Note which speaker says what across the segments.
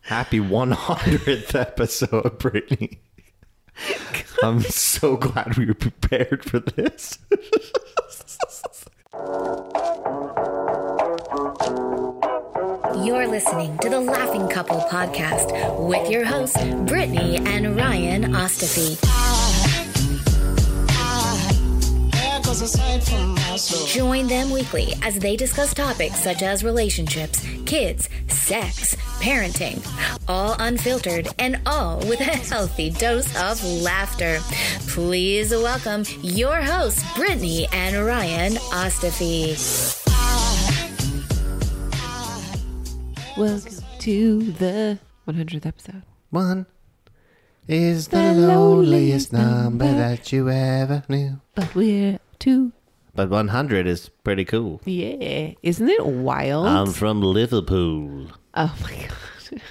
Speaker 1: Happy 100th episode, Brittany. I'm so glad we were prepared for this.
Speaker 2: You're listening to the Laughing Couple podcast with your hosts, Brittany and Ryan Ostafy. Join them weekly as they discuss topics such as relationships, kids, sex, parenting, all unfiltered and all with a healthy dose of laughter. Please welcome your hosts, Brittany and Ryan Ostafy.
Speaker 3: Welcome to the 100th episode.
Speaker 1: One is the, loneliest
Speaker 3: loneliest
Speaker 1: number
Speaker 3: number.
Speaker 1: that you ever knew.
Speaker 3: But we're at two.
Speaker 1: But 100 is pretty cool.
Speaker 3: Yeah. Isn't it wild?
Speaker 4: Um,
Speaker 1: I'm from Liverpool.
Speaker 3: oh my God.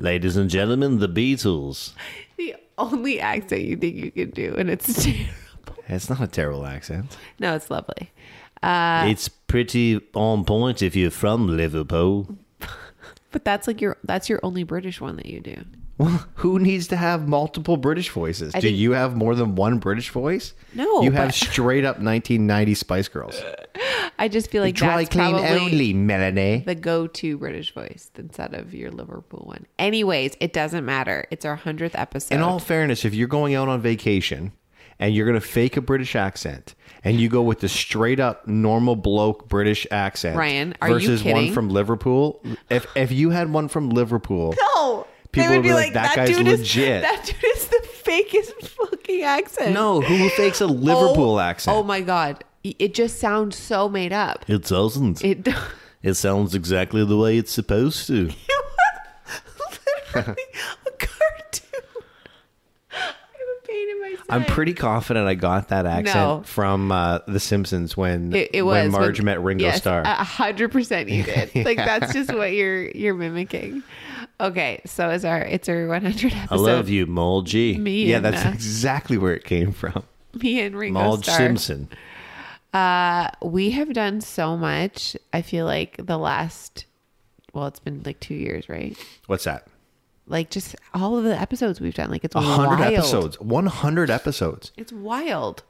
Speaker 1: Ladies and gentlemen, the Beatles.
Speaker 3: the only accent you think you can do, and it's terrible.
Speaker 1: It's not a terrible accent.
Speaker 3: No, it's lovely.
Speaker 1: it's pretty on point if you're from Liverpool.
Speaker 3: But that's like your that's your only British one that you do.
Speaker 4: Who needs to have multiple British voices?
Speaker 3: I
Speaker 4: Do
Speaker 3: think-
Speaker 4: you have more than one British voice?
Speaker 3: No,
Speaker 4: You
Speaker 3: but-
Speaker 4: have straight up 1990 Spice Girls.
Speaker 3: I just feel like
Speaker 4: Dry
Speaker 3: that's
Speaker 4: clean
Speaker 3: probably
Speaker 4: only, Melanie.
Speaker 3: the go-to British voice instead of your Liverpool one. Anyways, it doesn't matter. It's our hundredth episode.
Speaker 4: In all fairness, if you're going out on vacation and you're going to fake a British accent and you go with the straight up normal bloke British accent
Speaker 3: Ryan, are you
Speaker 4: versus
Speaker 3: kidding?
Speaker 4: one from Liverpool, if, if you had one from Liverpool,
Speaker 3: no,
Speaker 4: People would be like, "That guy's
Speaker 3: dude is-
Speaker 4: legit."
Speaker 3: that dude is the fakest fucking accent.
Speaker 4: no, who fakes a Liverpool
Speaker 3: oh,
Speaker 4: accent?
Speaker 3: Oh my god, I- it just sounds so made up.
Speaker 1: It doesn't. It,
Speaker 3: It
Speaker 1: sounds exactly the way it's supposed to.
Speaker 3: literally a cartoon. I have a pain in my side.
Speaker 4: I'm pretty confident I got that accent
Speaker 3: No.
Speaker 4: from uh, The Simpsons when
Speaker 3: It, it was
Speaker 4: when Marge met Ringo
Speaker 3: yes, uh,
Speaker 4: Starr.
Speaker 3: A hundred percent, you did. Like that's just what you're you're mimicking. Okay, so is our it's our 100 episode.
Speaker 1: I love you, Mulgy.
Speaker 3: Me
Speaker 4: yeah,
Speaker 3: and
Speaker 4: that's
Speaker 3: uh,
Speaker 4: exactly where it came from.
Speaker 3: me and Ringo
Speaker 1: Mulge
Speaker 3: Starr.
Speaker 1: Simpson.
Speaker 3: we have done so much. I feel like the last, well, it's been like two years, right?
Speaker 4: What's that?
Speaker 3: Like just all of the episodes we've done. Like it's
Speaker 4: A hundred
Speaker 3: wild.
Speaker 4: episodes. One hundred episodes.
Speaker 3: It's wild.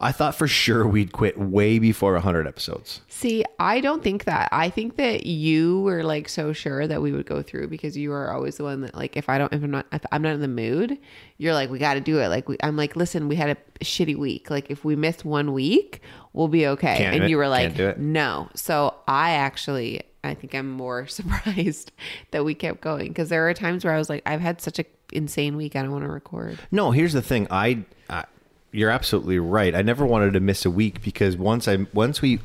Speaker 4: I thought for sure we'd quit way before hundred episodes.
Speaker 3: See, I don't think that. I think that you were like so sure that we would go through because you are always the one that like if I don't if I'm not if I'm not in the mood, you're like we got to do it. Like we, I'm like listen, we had a shitty week. Like if we miss one week, we'll be okay.
Speaker 4: Can't do
Speaker 3: and
Speaker 4: it.
Speaker 3: you were
Speaker 4: Can't
Speaker 3: like
Speaker 4: do it.
Speaker 3: no. So I actually I think I'm more surprised that we kept going because there are times where I was like I've had such a insane week I don't want to record.
Speaker 4: No, here's the thing. I, I you're absolutely right. I never wanted to miss a week because once I once we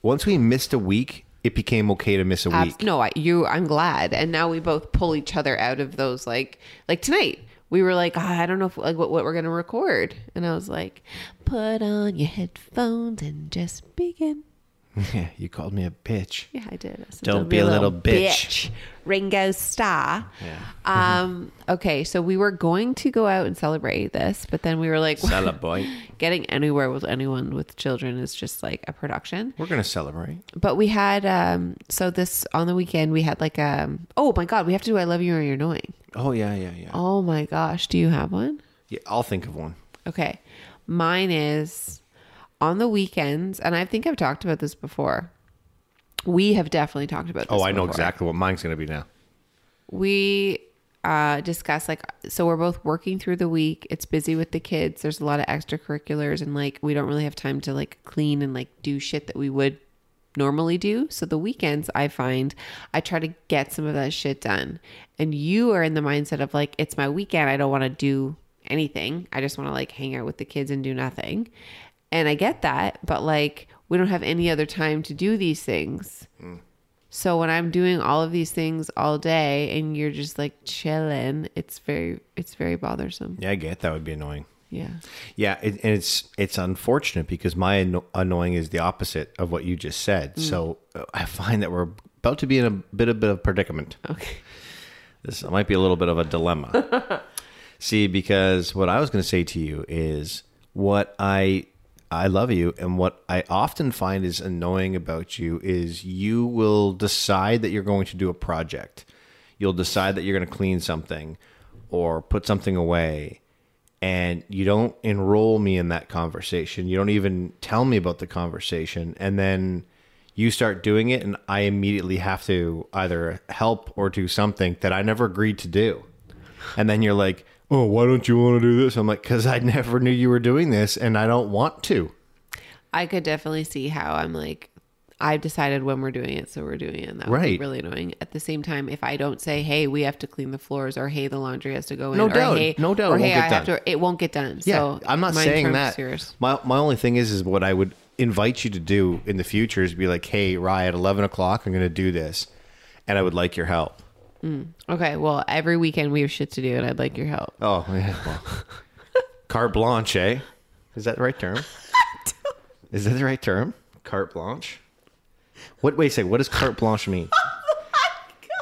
Speaker 4: once we missed a week, it became okay to miss a
Speaker 3: Abs-
Speaker 4: week.
Speaker 3: no, I, you. I'm glad, and now we both pull each other out of those. Like, like tonight, we were like, "Ah, I don't know if, like what, what we're gonna record, and I was like, put on your headphones and just begin.
Speaker 4: Yeah, you called me a bitch.
Speaker 3: Yeah, I did. I said,
Speaker 1: Don't be a little bitch."
Speaker 3: Ringo Starr. Um. Okay, so we were going to go out and celebrate this, but then we were like,
Speaker 1: Celebrate.
Speaker 3: Getting anywhere with anyone with children is just like a production
Speaker 4: We're gonna celebrate.
Speaker 3: but we had um so this on the weekend we had like um oh my god we have to do i love you or you're annoying
Speaker 4: Oh yeah, yeah, yeah.
Speaker 3: oh my gosh do you have one
Speaker 4: yeah I'll think of one.
Speaker 3: okay mine is on the weekends and i think i've talked about this before we have definitely talked about this
Speaker 4: Oh, I know
Speaker 3: before.
Speaker 4: exactly what mine's gonna be now.
Speaker 3: we uh discuss like so we're both working through the week it's busy with the kids there's a lot of extracurriculars and like we don't really have time to like clean and like do shit that we would normally do so the weekends i find i try to get some of that shit done and you are in the mindset of like it's my weekend i don't want to do anything i just want to like hang out with the kids and do nothing and i get that but like we don't have any other time to do these things So when I'm doing all of these things all day and you're just like chilling, it's very it's very bothersome.
Speaker 4: Yeah, I get that would be annoying.
Speaker 3: Yeah.
Speaker 4: Yeah, it, and it's it's unfortunate because my anno- annoying is the opposite of what you just said. So uh, I find that we're about to be in a bit a bit of predicament.
Speaker 3: Okay.
Speaker 4: This might be a little bit of a dilemma. See, because what I was going to say to you is what I I love you and what I often find is annoying about you is you will decide that you're going to do a project. You'll decide that you're going to clean something or put something away and you don't enroll me in that conversation. You don't even tell me about the conversation and then you start doing it and I immediately have to either help or do something that I never agreed to do. And then you're like, "Oh, why don't you want to do this?" I'm like, "Cuz I never knew you were doing this and I don't want to."
Speaker 3: I could definitely see how I'm like I've decided when we're doing it, so we're doing it. And that would
Speaker 4: Right.
Speaker 3: be really annoying. At the same time, if I don't say, "Hey, we have to clean the floors," or "Hey, the laundry has to go in,"
Speaker 4: No
Speaker 3: or,
Speaker 4: doubt.
Speaker 3: "Hey,"
Speaker 4: No doubt it
Speaker 3: or,
Speaker 4: won't
Speaker 3: "Hey,
Speaker 4: get
Speaker 3: I have
Speaker 4: done.
Speaker 3: to," it won't get done.
Speaker 4: Yeah,
Speaker 3: so
Speaker 4: I'm not
Speaker 3: mine
Speaker 4: saying
Speaker 3: trumps
Speaker 4: that.
Speaker 3: Yours.
Speaker 4: My my only thing is is what I would invite you to do in the future is be like, "Hey, Rye, at 11 o'clock, I'm going to do this, and I would like your help."
Speaker 3: Okay, well, every weekend we have shit to do, and I'd like your help.
Speaker 4: Oh, yeah. Well, carte blanche, eh? Is that the right term? is that the right term? Carte blanche? What, wait a second. What does carte blanche mean?
Speaker 3: Oh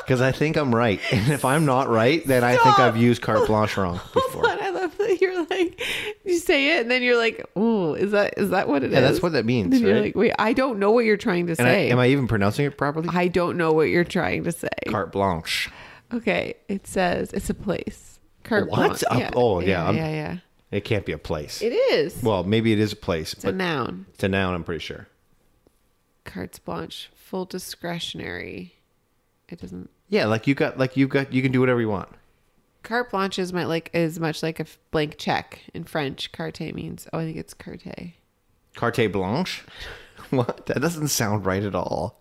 Speaker 4: Because I think I'm right. And if I'm not right, then I think I've used carte blanche wrong before.
Speaker 3: But I love that you're like, you say it, and then you're like, "Ooh, is that is that what it is?"
Speaker 4: Yeah, that's what that means,
Speaker 3: Then you're
Speaker 4: right?
Speaker 3: like, "Wait, I don't know what you're trying to
Speaker 4: and I,
Speaker 3: say.
Speaker 4: am I even pronouncing it properly?
Speaker 3: I don't know what you're trying to say."
Speaker 4: Carte blanche.
Speaker 3: okay, it says it's a place. Carte
Speaker 4: What?
Speaker 3: Blanche.
Speaker 4: A- oh, yeah,
Speaker 3: yeah,
Speaker 4: I'm-
Speaker 3: yeah, yeah.
Speaker 4: It can't be a place.
Speaker 3: It is.
Speaker 4: well, maybe it is a place,
Speaker 3: it's a
Speaker 4: but
Speaker 3: noun.
Speaker 4: it's a noun, I'm pretty sure.
Speaker 3: Carte Blanche. Full discretionary. It doesn't.
Speaker 4: Yeah, like you got, like you've got, you can do whatever you want.
Speaker 3: Carte blanche is my, like is much like a f- blank check in French. Carte means oh I think it's carte.
Speaker 4: Carte blanche? What? That doesn't sound right at all.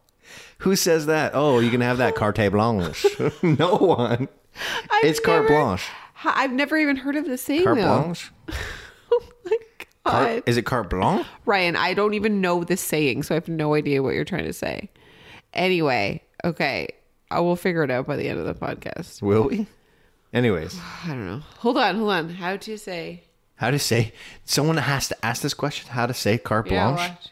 Speaker 4: Who says that? Oh, you can have that carte blanche. no one.
Speaker 3: I've
Speaker 4: it's carte
Speaker 3: never-
Speaker 4: blanche.
Speaker 3: Ha- I've never even heard of the saying
Speaker 4: Carte
Speaker 3: though.
Speaker 4: blanche?
Speaker 3: Oh my god,
Speaker 4: Carte, is it carte blanche?
Speaker 3: Ryan! I don't even know the saying, so I have no idea what you're trying to say. Anyway, okay, I will figure it out by the end of the podcast.
Speaker 4: Will we? Anyways,
Speaker 3: I don't know. Hold on, hold on. How to say?
Speaker 4: how to say, someone has to ask this question how to say carte
Speaker 3: Yeah,
Speaker 4: blanche?
Speaker 3: watch.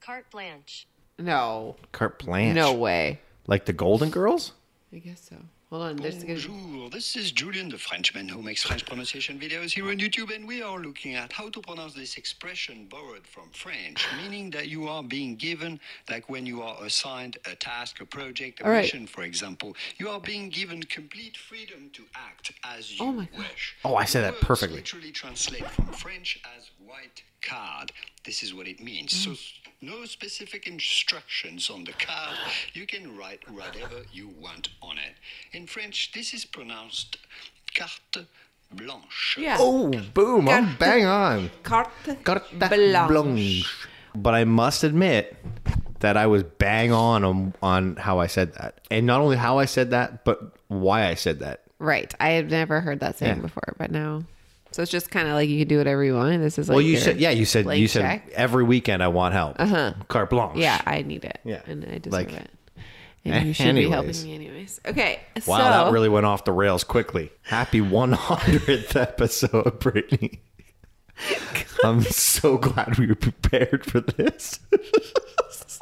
Speaker 2: Carte blanche.
Speaker 3: No,
Speaker 4: carte blanche.
Speaker 3: no way.
Speaker 4: Like the Golden Girls?
Speaker 3: I guess so. Hold on. There's gonna be.
Speaker 5: Bonjour, this is Julian, the Frenchman who makes French pronunciation videos here on YouTube, and we are looking at how to pronounce this expression borrowed from French, meaning that you are being given, like when you are assigned a task, a project, a
Speaker 3: All right.
Speaker 5: mission, for example, you are being given complete freedom to act as you
Speaker 3: Oh my God.
Speaker 5: wish.
Speaker 4: Oh, I said that
Speaker 5: Words
Speaker 4: perfectly.
Speaker 3: Mm.
Speaker 5: literally translate from French as white card. This is what it means. So,
Speaker 3: Mm.
Speaker 5: s- no specific instructions on the card. You can write whatever you want on it. In French, this is pronounced carte blanche.
Speaker 3: Yeah.
Speaker 4: Oh, boom. I'm
Speaker 3: Carte-
Speaker 4: bang on.
Speaker 3: Carte
Speaker 4: Carte
Speaker 3: blanche.
Speaker 4: blanche. But I must admit that I was bang on, on on how I said that, and not only how I said that, but why I said that.
Speaker 3: Right. I have never heard that saying
Speaker 4: Yeah.
Speaker 3: before, but now. So it's just kind of like you can do whatever you want. This is like
Speaker 4: Well, you
Speaker 3: your
Speaker 4: said yeah, you said
Speaker 3: blank
Speaker 4: you said
Speaker 3: check.
Speaker 4: every weekend I want help. Uh huh. Carte blanche.
Speaker 3: Uh-huh. yeah, I need it.
Speaker 4: Yeah.
Speaker 3: and I deserve
Speaker 4: Like-
Speaker 3: it. And you should be helping
Speaker 4: Anyways.
Speaker 3: me anyways. Okay.
Speaker 4: Wow,
Speaker 3: so,
Speaker 4: that really went off the rails quickly. Happy 100th episode, Brittany. I'm so glad we were prepared for this.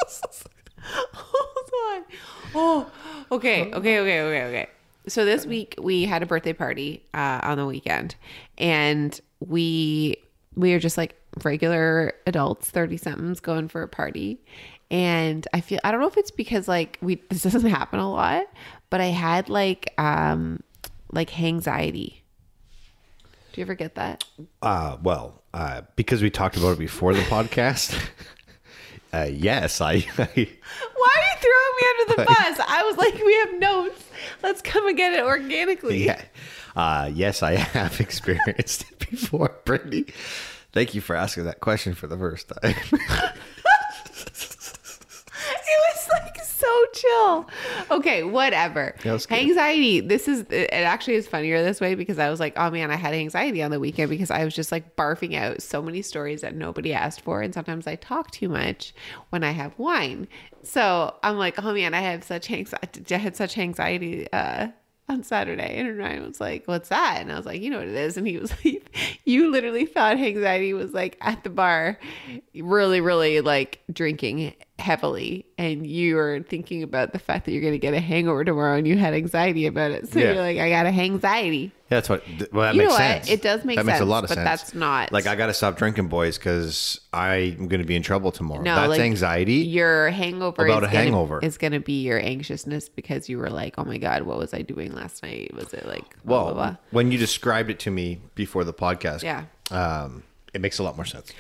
Speaker 3: Hold on. Oh, okay, okay, okay, okay, okay. So this week we had a birthday party uh, on the weekend, and we we are just like regular adults, thirty somethings, going for a party. And I feel I don't know if it's because like we this doesn't happen a lot, but I had like um like anxiety. Do you ever get that?
Speaker 4: Uh, well, uh, because we talked about it before the podcast. uh, yes, I, I
Speaker 3: Why are you throwing me under the bus? I was like, we have notes. Let's come and get it organically.
Speaker 4: yeah. Uh, yes, I have experienced it before, Brittany. Thank you for asking that question for the first time.
Speaker 3: It was like so
Speaker 6: so chill. Okay, whatever.
Speaker 7: Yeah, that's good.
Speaker 6: anxiety. This is it actually is funnier this way because I was like, oh man, I had anxiety on the weekend because I was just like barfing out so many stories that nobody asked for. And sometimes I talk too much when I have wine. So I'm like, oh man, I have such anxiety I had such anxiety uh on Saturday. And Ryan was like, What's that? And I was like, You know what it is. And he was like, You literally thought anxiety was like at the bar, really, really like drinking heavily. And you were thinking about the fact that you're going to get a hangover tomorrow and you had anxiety about it. So
Speaker 7: Yeah.
Speaker 6: you're like, I got a anxiety.
Speaker 7: Yeah, that's what. th- Well, that
Speaker 6: You
Speaker 7: makes
Speaker 6: know what?
Speaker 7: sense.
Speaker 6: It does make
Speaker 7: that makes a
Speaker 6: sense,
Speaker 7: lot of
Speaker 6: but
Speaker 7: sense.
Speaker 6: that's not-
Speaker 7: like I got to stop drinking, boys, because I'm going to be in trouble tomorrow.
Speaker 6: No,
Speaker 7: that's
Speaker 6: like,
Speaker 7: anxiety.
Speaker 6: Your hangover
Speaker 7: About
Speaker 6: is
Speaker 7: a
Speaker 6: gonna,
Speaker 7: hangover.
Speaker 6: is going to be your anxiousness because you were like, "Oh my god, what was I doing last night? Was it like blah
Speaker 7: well,
Speaker 6: blah?" blah.
Speaker 7: when you described it to me before the podcast,
Speaker 6: Yeah.
Speaker 7: um, it makes a lot more sense.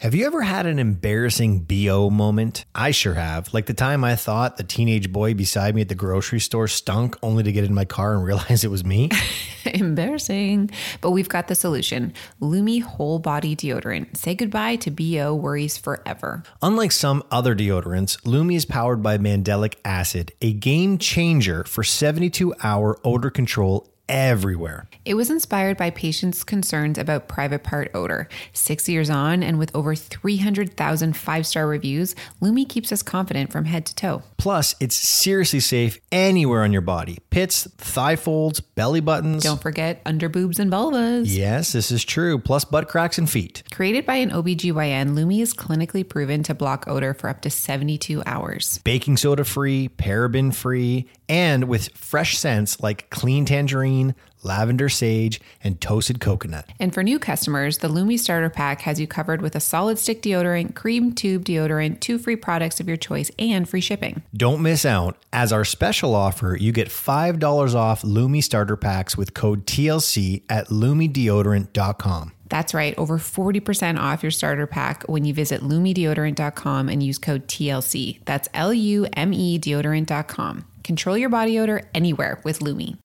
Speaker 4: Have you ever had an embarrassing BO moment? I sure have. Like the time I thought the teenage boy beside me at the grocery store stunk only to get in my car and realize it was me.
Speaker 3: Embarrassing. But we've got the solution Lumi Whole Body Deodorant. Say goodbye to BO worries forever.
Speaker 4: Unlike some other deodorants, Lumi is powered by Mandelic Acid, a game changer for 72 hour odor control everywhere.
Speaker 3: It was inspired by patients' concerns about private part odor. Six years on, and with over 300,000 five star reviews, Lumi keeps us confident from head to toe.
Speaker 4: Plus, it's seriously safe anywhere on your body pits, thigh folds, belly buttons.
Speaker 3: Don't forget under boobs and vulvas.
Speaker 4: Yes, this is true. Plus, butt cracks and feet.
Speaker 3: Created by an OBGYN, Lumi is clinically proven to block odor for up to 72 hours.
Speaker 4: baking soda free, paraben free, and with fresh scents like clean tangerine, lavender sage, and toasted coconut.
Speaker 3: And for new customers, the Lumi Starter Pack has you covered with a solid stick deodorant, cream tube deodorant, two free products of your choice, and free shipping.
Speaker 4: Don't miss out. As our special offer, you get $5 off Lumi starter packs with code TLC at lumideodorant.com.
Speaker 3: That's right, over 40% off your starter pack when you visit lumideodorant.com and use code TLC. That's L U M E deodorant.com. Control your body odor anywhere with Lumi.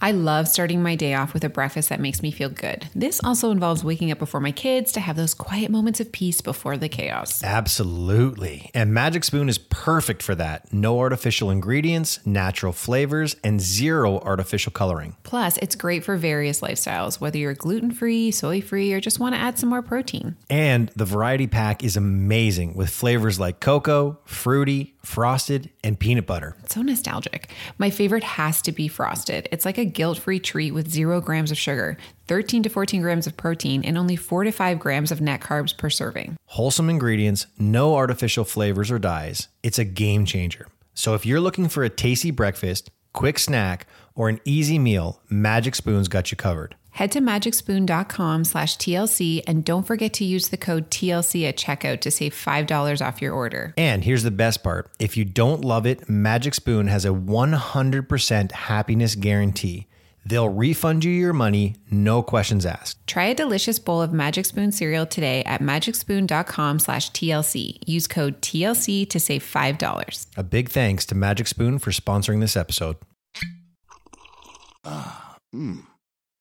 Speaker 3: I love starting my day off with a breakfast that makes me feel good. This also involves waking up before my kids to have those quiet moments of peace before the chaos.
Speaker 4: Absolutely. And Magic Spoon is perfect for that. No artificial ingredients, natural flavors, and zero artificial coloring.
Speaker 3: Plus, it's great for various lifestyles, whether you're gluten free, soy free, or just want to add some more protein.
Speaker 4: And the variety pack is amazing with flavors like cocoa, fruity, frosted, and peanut butter.
Speaker 3: So nostalgic. My favorite has to be frosted. It's like a guilt free treat with zero grams of sugar, 13 to 14 grams of protein, and only four to five grams of net carbs per serving.
Speaker 4: Wholesome ingredients, no artificial flavors or dyes. It's a game changer. So if you're looking for a tasty breakfast, quick snack, or an easy meal, Magic Spoon's got you covered.
Speaker 3: Head to magicspoon.com slash TLC and don't forget to use the code TLC at checkout to save $5 off your order.
Speaker 4: And here's the best part if you don't love it, Magic Spoon has a 100% happiness guarantee. They'll refund you your money, no questions asked.
Speaker 3: Try a delicious bowl of Magic Spoon cereal today at magicspoon.com slash TLC. Use code TLC to save $5.
Speaker 4: A big thanks to Magic Spoon for sponsoring this episode.
Speaker 8: Mmm.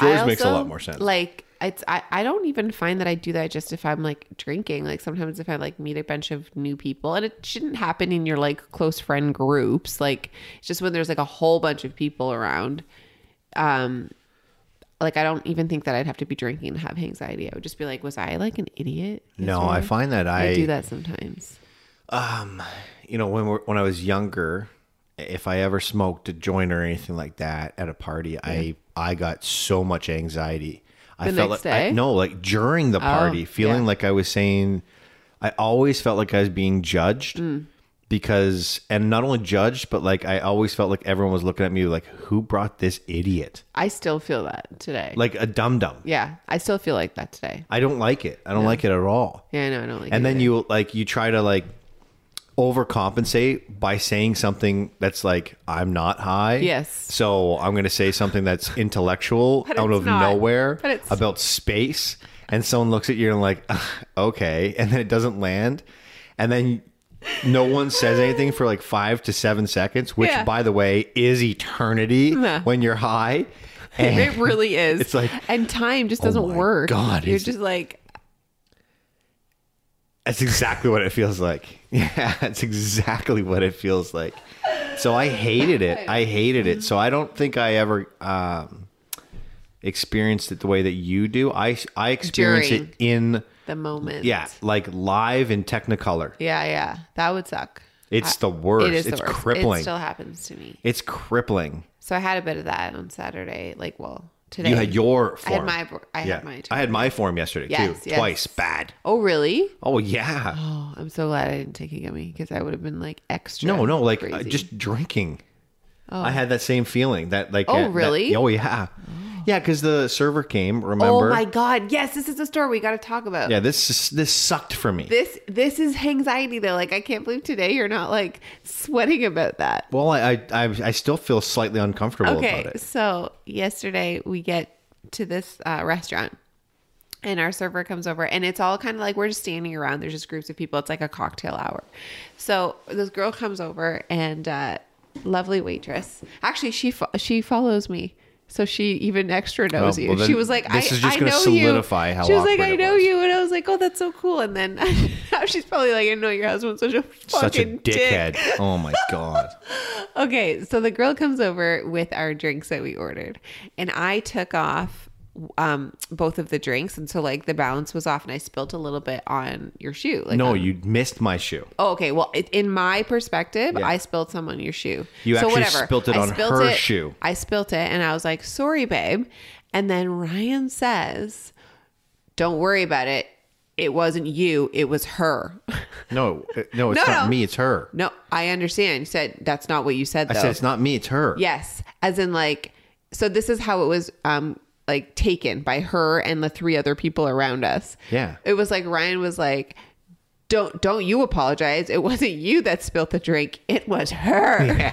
Speaker 7: Yours
Speaker 6: I
Speaker 7: makes a
Speaker 6: also,
Speaker 7: lot more sense.
Speaker 6: Like it's I, I don't even find that I do that just if I'm like drinking. Like sometimes if I like meet a bunch of new people and it shouldn't happen in your like close friend groups. Like it's just when there's like a whole bunch of people around. Um like I don't even think that I'd have to be drinking to have anxiety. I would just be like, was I like an idiot?
Speaker 7: No,
Speaker 6: yesterday?
Speaker 7: I find that
Speaker 6: I,
Speaker 7: I,
Speaker 6: do that sometimes.
Speaker 7: You know, when we're, when I was younger, if I ever smoked a joint or anything like that at a party, I I got so much anxiety. I
Speaker 6: The
Speaker 7: felt
Speaker 6: next
Speaker 7: like I-
Speaker 6: day? Oh,
Speaker 7: no, like during the party, feeling
Speaker 6: yeah.
Speaker 7: like I was saying, I always felt like I was being judged.
Speaker 6: Mm.
Speaker 7: Because and not only judged, but like I always felt like everyone was looking at me like, "Who brought this idiot?"
Speaker 6: I still feel that today.
Speaker 7: Like a dum dum.
Speaker 6: yeah, I still feel like that today.
Speaker 7: I don't like it. I don't like it at all.
Speaker 6: Yeah, I know I don't like
Speaker 7: and
Speaker 6: it
Speaker 7: then
Speaker 6: either.
Speaker 7: you like you try to like
Speaker 4: overcompensate by saying something that's like I'm not high.
Speaker 6: Yes.
Speaker 4: So I'm going to say something that's intellectual
Speaker 6: But
Speaker 4: out
Speaker 6: it's
Speaker 4: of
Speaker 6: not.
Speaker 4: nowhere
Speaker 6: But it's-
Speaker 4: about space, and someone looks at you and like, "Ugh, okay, and then it doesn't land, and then no one says anything for like five to seven seconds, which
Speaker 6: Yeah.
Speaker 4: by the way is eternity
Speaker 6: Yeah.
Speaker 4: when you're high.
Speaker 6: It really is.
Speaker 4: It's like- oh
Speaker 6: and time just doesn't
Speaker 4: my
Speaker 6: work.
Speaker 4: God,
Speaker 6: you're
Speaker 4: is-
Speaker 6: just like
Speaker 4: That's exactly what it feels like. Yeah, that's exactly what it feels like. So I hated it. I hated it. So I don't think I ever um, experienced it the way that you do. I I experience
Speaker 6: During.
Speaker 4: it in
Speaker 6: the moment.
Speaker 4: yeah, like live in Technicolor.
Speaker 6: yeah, yeah. That would suck.
Speaker 4: It's the worst.
Speaker 6: It is
Speaker 4: it's
Speaker 6: the worst.
Speaker 4: crippling.
Speaker 6: It still happens to me.
Speaker 4: it's crippling.
Speaker 6: So I had a bit of that on Saturday. Like, well, today
Speaker 4: You had your
Speaker 6: I
Speaker 4: form.
Speaker 6: had my. bro- I
Speaker 4: Yeah.
Speaker 6: had my.
Speaker 4: I had my form yesterday
Speaker 6: Yes,
Speaker 4: too.
Speaker 6: yes.
Speaker 4: Twice. Bad.
Speaker 6: oh really?
Speaker 4: Oh yeah.
Speaker 6: Oh, I'm so glad I didn't take a gummy because I would have been like extra.
Speaker 4: No, no, like uh,
Speaker 6: crazy.
Speaker 4: just drinking. I had that same feeling that like
Speaker 6: Oh,
Speaker 4: uh, that-
Speaker 6: really?
Speaker 4: oh yeah, yeah. Because the server came.
Speaker 6: Oh
Speaker 4: Remember?
Speaker 6: my god! Yes, this is the story we got to talk about.
Speaker 4: Yeah, this is- this sucked for me.
Speaker 6: This this is anxiety though. Like I can't believe today you're not like sweating about that.
Speaker 4: well, I, I I I still feel slightly uncomfortable about it.
Speaker 6: So yesterday we get to this uh, restaurant and our server comes over and it's all kind of like we're just standing around. There's just groups of people. It's like a cocktail hour. So this girl comes over and uh, lovely waitress. Actually, she fo- she follows me. So she even extra knows
Speaker 4: Oh,
Speaker 6: you.
Speaker 4: well, then
Speaker 6: she was like,
Speaker 4: this
Speaker 6: I,
Speaker 4: is just
Speaker 6: I
Speaker 4: gonna
Speaker 6: know
Speaker 4: solidify
Speaker 6: you.
Speaker 4: how
Speaker 6: she was like,
Speaker 4: awkward
Speaker 6: I
Speaker 4: it
Speaker 6: know
Speaker 4: was.
Speaker 6: you, and I was like, oh, that's so cool. And then she's probably like, I know your husband's such a fucking
Speaker 4: Such a
Speaker 6: dick.
Speaker 4: dickhead. Oh my god.
Speaker 6: Okay, so the girl comes over with our drinks that we ordered, and I took off um both of the drinks, and so like the balance was off, and I spilled a little bit on your shoe. Like,
Speaker 4: No,
Speaker 6: on-
Speaker 4: you missed my shoe.
Speaker 6: Oh, okay. Well, it, in my perspective,
Speaker 4: Yeah.
Speaker 6: I spilled some on your shoe.
Speaker 4: You
Speaker 6: so
Speaker 4: actually
Speaker 6: whatever.
Speaker 4: spilt it
Speaker 6: I
Speaker 4: on her
Speaker 6: it-
Speaker 4: shoe.
Speaker 6: I spilt it, and I was like, "Sorry, babe." And then Ryan says, "Don't worry about it. It wasn't you. It was her."
Speaker 4: No, uh, no, it's
Speaker 6: No,
Speaker 4: not
Speaker 6: no.
Speaker 4: me. It's her.
Speaker 6: no, I understand. You said that's not what you said.
Speaker 4: I
Speaker 6: though.
Speaker 4: said it's not me. It's her.
Speaker 6: Yes, as in like so this is how it was um like taken by her and the three other people around us.
Speaker 4: Yeah.
Speaker 6: It was like Ryan was like don't don't you apologize. It wasn't you that spilt the drink. It was her.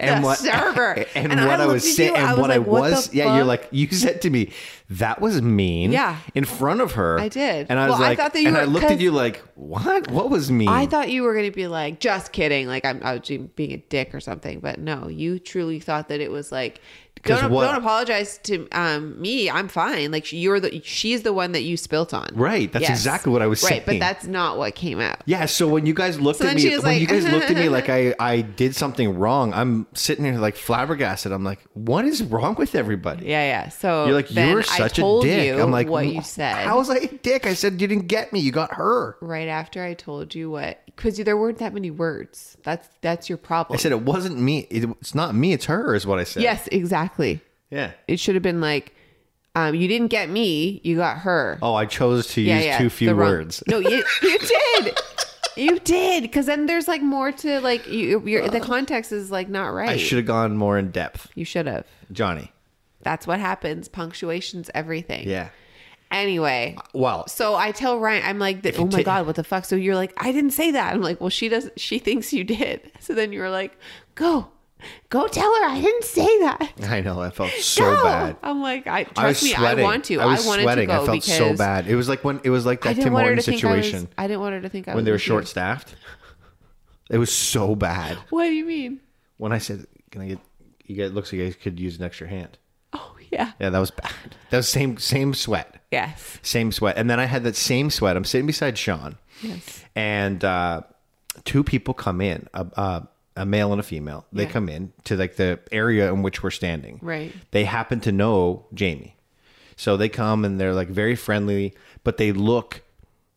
Speaker 4: and
Speaker 6: the
Speaker 4: what
Speaker 6: server.
Speaker 4: and,
Speaker 6: And I
Speaker 4: what I,
Speaker 6: looked at
Speaker 4: was saying
Speaker 6: you,
Speaker 4: and
Speaker 6: I was
Speaker 4: what I
Speaker 6: like, what the
Speaker 4: was yeah you're
Speaker 6: fuck?
Speaker 4: like you said to me that was mean
Speaker 6: Yeah.
Speaker 4: in front of her
Speaker 6: I did.
Speaker 4: and I was
Speaker 6: Well, I
Speaker 4: like
Speaker 6: thought that you
Speaker 4: and I
Speaker 6: were-
Speaker 4: looked at
Speaker 6: 'cause-
Speaker 4: you like what what was mean
Speaker 6: I thought you were going to be like, just kidding. Like, I'm, I was being a dick or something. But no, you truly thought that it was like,
Speaker 4: 'Cause
Speaker 6: don't,
Speaker 4: what-
Speaker 6: don't apologize to um, me. I'm fine. Like, you're the, she's the one that you spilt on.
Speaker 4: Right, that's exactly what I was
Speaker 6: Right. But
Speaker 4: saying.
Speaker 6: that's not what came out.
Speaker 4: yeah so when you guys looked
Speaker 6: So
Speaker 4: at
Speaker 6: then
Speaker 4: me
Speaker 6: she
Speaker 4: when
Speaker 6: was like-
Speaker 4: you guys looked at me like I I did something wrong I'm sitting here like flabbergasted I'm like what is wrong with everybody
Speaker 6: Yeah. Yeah. So
Speaker 4: You're like
Speaker 6: then
Speaker 4: you're such
Speaker 6: I told
Speaker 4: a dick.
Speaker 6: You
Speaker 4: I'm like
Speaker 6: what you
Speaker 4: "Wha-
Speaker 6: said.
Speaker 4: How was I a dick? I said you didn't get me. You got her.
Speaker 6: right after I told you what, because there weren't that many words. That's, that's your problem.
Speaker 4: I said it wasn't me. It- it's not me. It's her. Is what I said.
Speaker 6: yes, exactly.
Speaker 4: Yeah.
Speaker 6: It should have been like, um, you didn't get me. You got her.
Speaker 4: Oh, I chose to use too few
Speaker 6: the wrong-
Speaker 4: words.
Speaker 6: No, you you did. You did because then there's like more to like you. Your, the context is like not right.
Speaker 4: I should have gone more in depth,
Speaker 6: You should have.
Speaker 4: Johnny.
Speaker 6: That's what happens. Punctuation's everything.
Speaker 4: Yeah.
Speaker 6: Anyway,
Speaker 4: Well,
Speaker 6: so I tell Ryan, I'm like, oh my
Speaker 4: ta-
Speaker 6: god, what the fuck? So you're like, I didn't say that. I'm like, well, she does. She thinks you did. So then you were like, go, go tell her I didn't say that.
Speaker 4: I know I felt so
Speaker 6: Go.
Speaker 4: bad.
Speaker 6: I'm like, I Oh, trust
Speaker 4: I was
Speaker 6: me.
Speaker 4: sweating.
Speaker 6: I want to. I,
Speaker 4: I was
Speaker 6: wanted
Speaker 4: sweating.
Speaker 6: to go
Speaker 4: I felt
Speaker 6: because
Speaker 4: so bad. It was like when it was like
Speaker 6: I
Speaker 4: that
Speaker 6: didn't
Speaker 4: Tim
Speaker 6: want her
Speaker 4: Horton
Speaker 6: to think I,
Speaker 4: situation
Speaker 6: was, I didn't want her to think I was
Speaker 4: when they were
Speaker 6: with you.
Speaker 4: short staffed. It was so bad
Speaker 6: What do you mean?
Speaker 4: when I said, "Can I get?" You guys looks like you guys could use an extra hand.
Speaker 6: Oh yeah.
Speaker 4: Yeah, that was bad. That was same same sweat.
Speaker 6: Yes.
Speaker 4: same sweat. And then I had that same sweat. I'm sitting beside Sean. Yes. And uh, two people come in, a, a, a male and a female. They come in to like the area in which we're standing.
Speaker 6: Right.
Speaker 4: They happen to know Jamie. So they come and they're like very friendly, but they look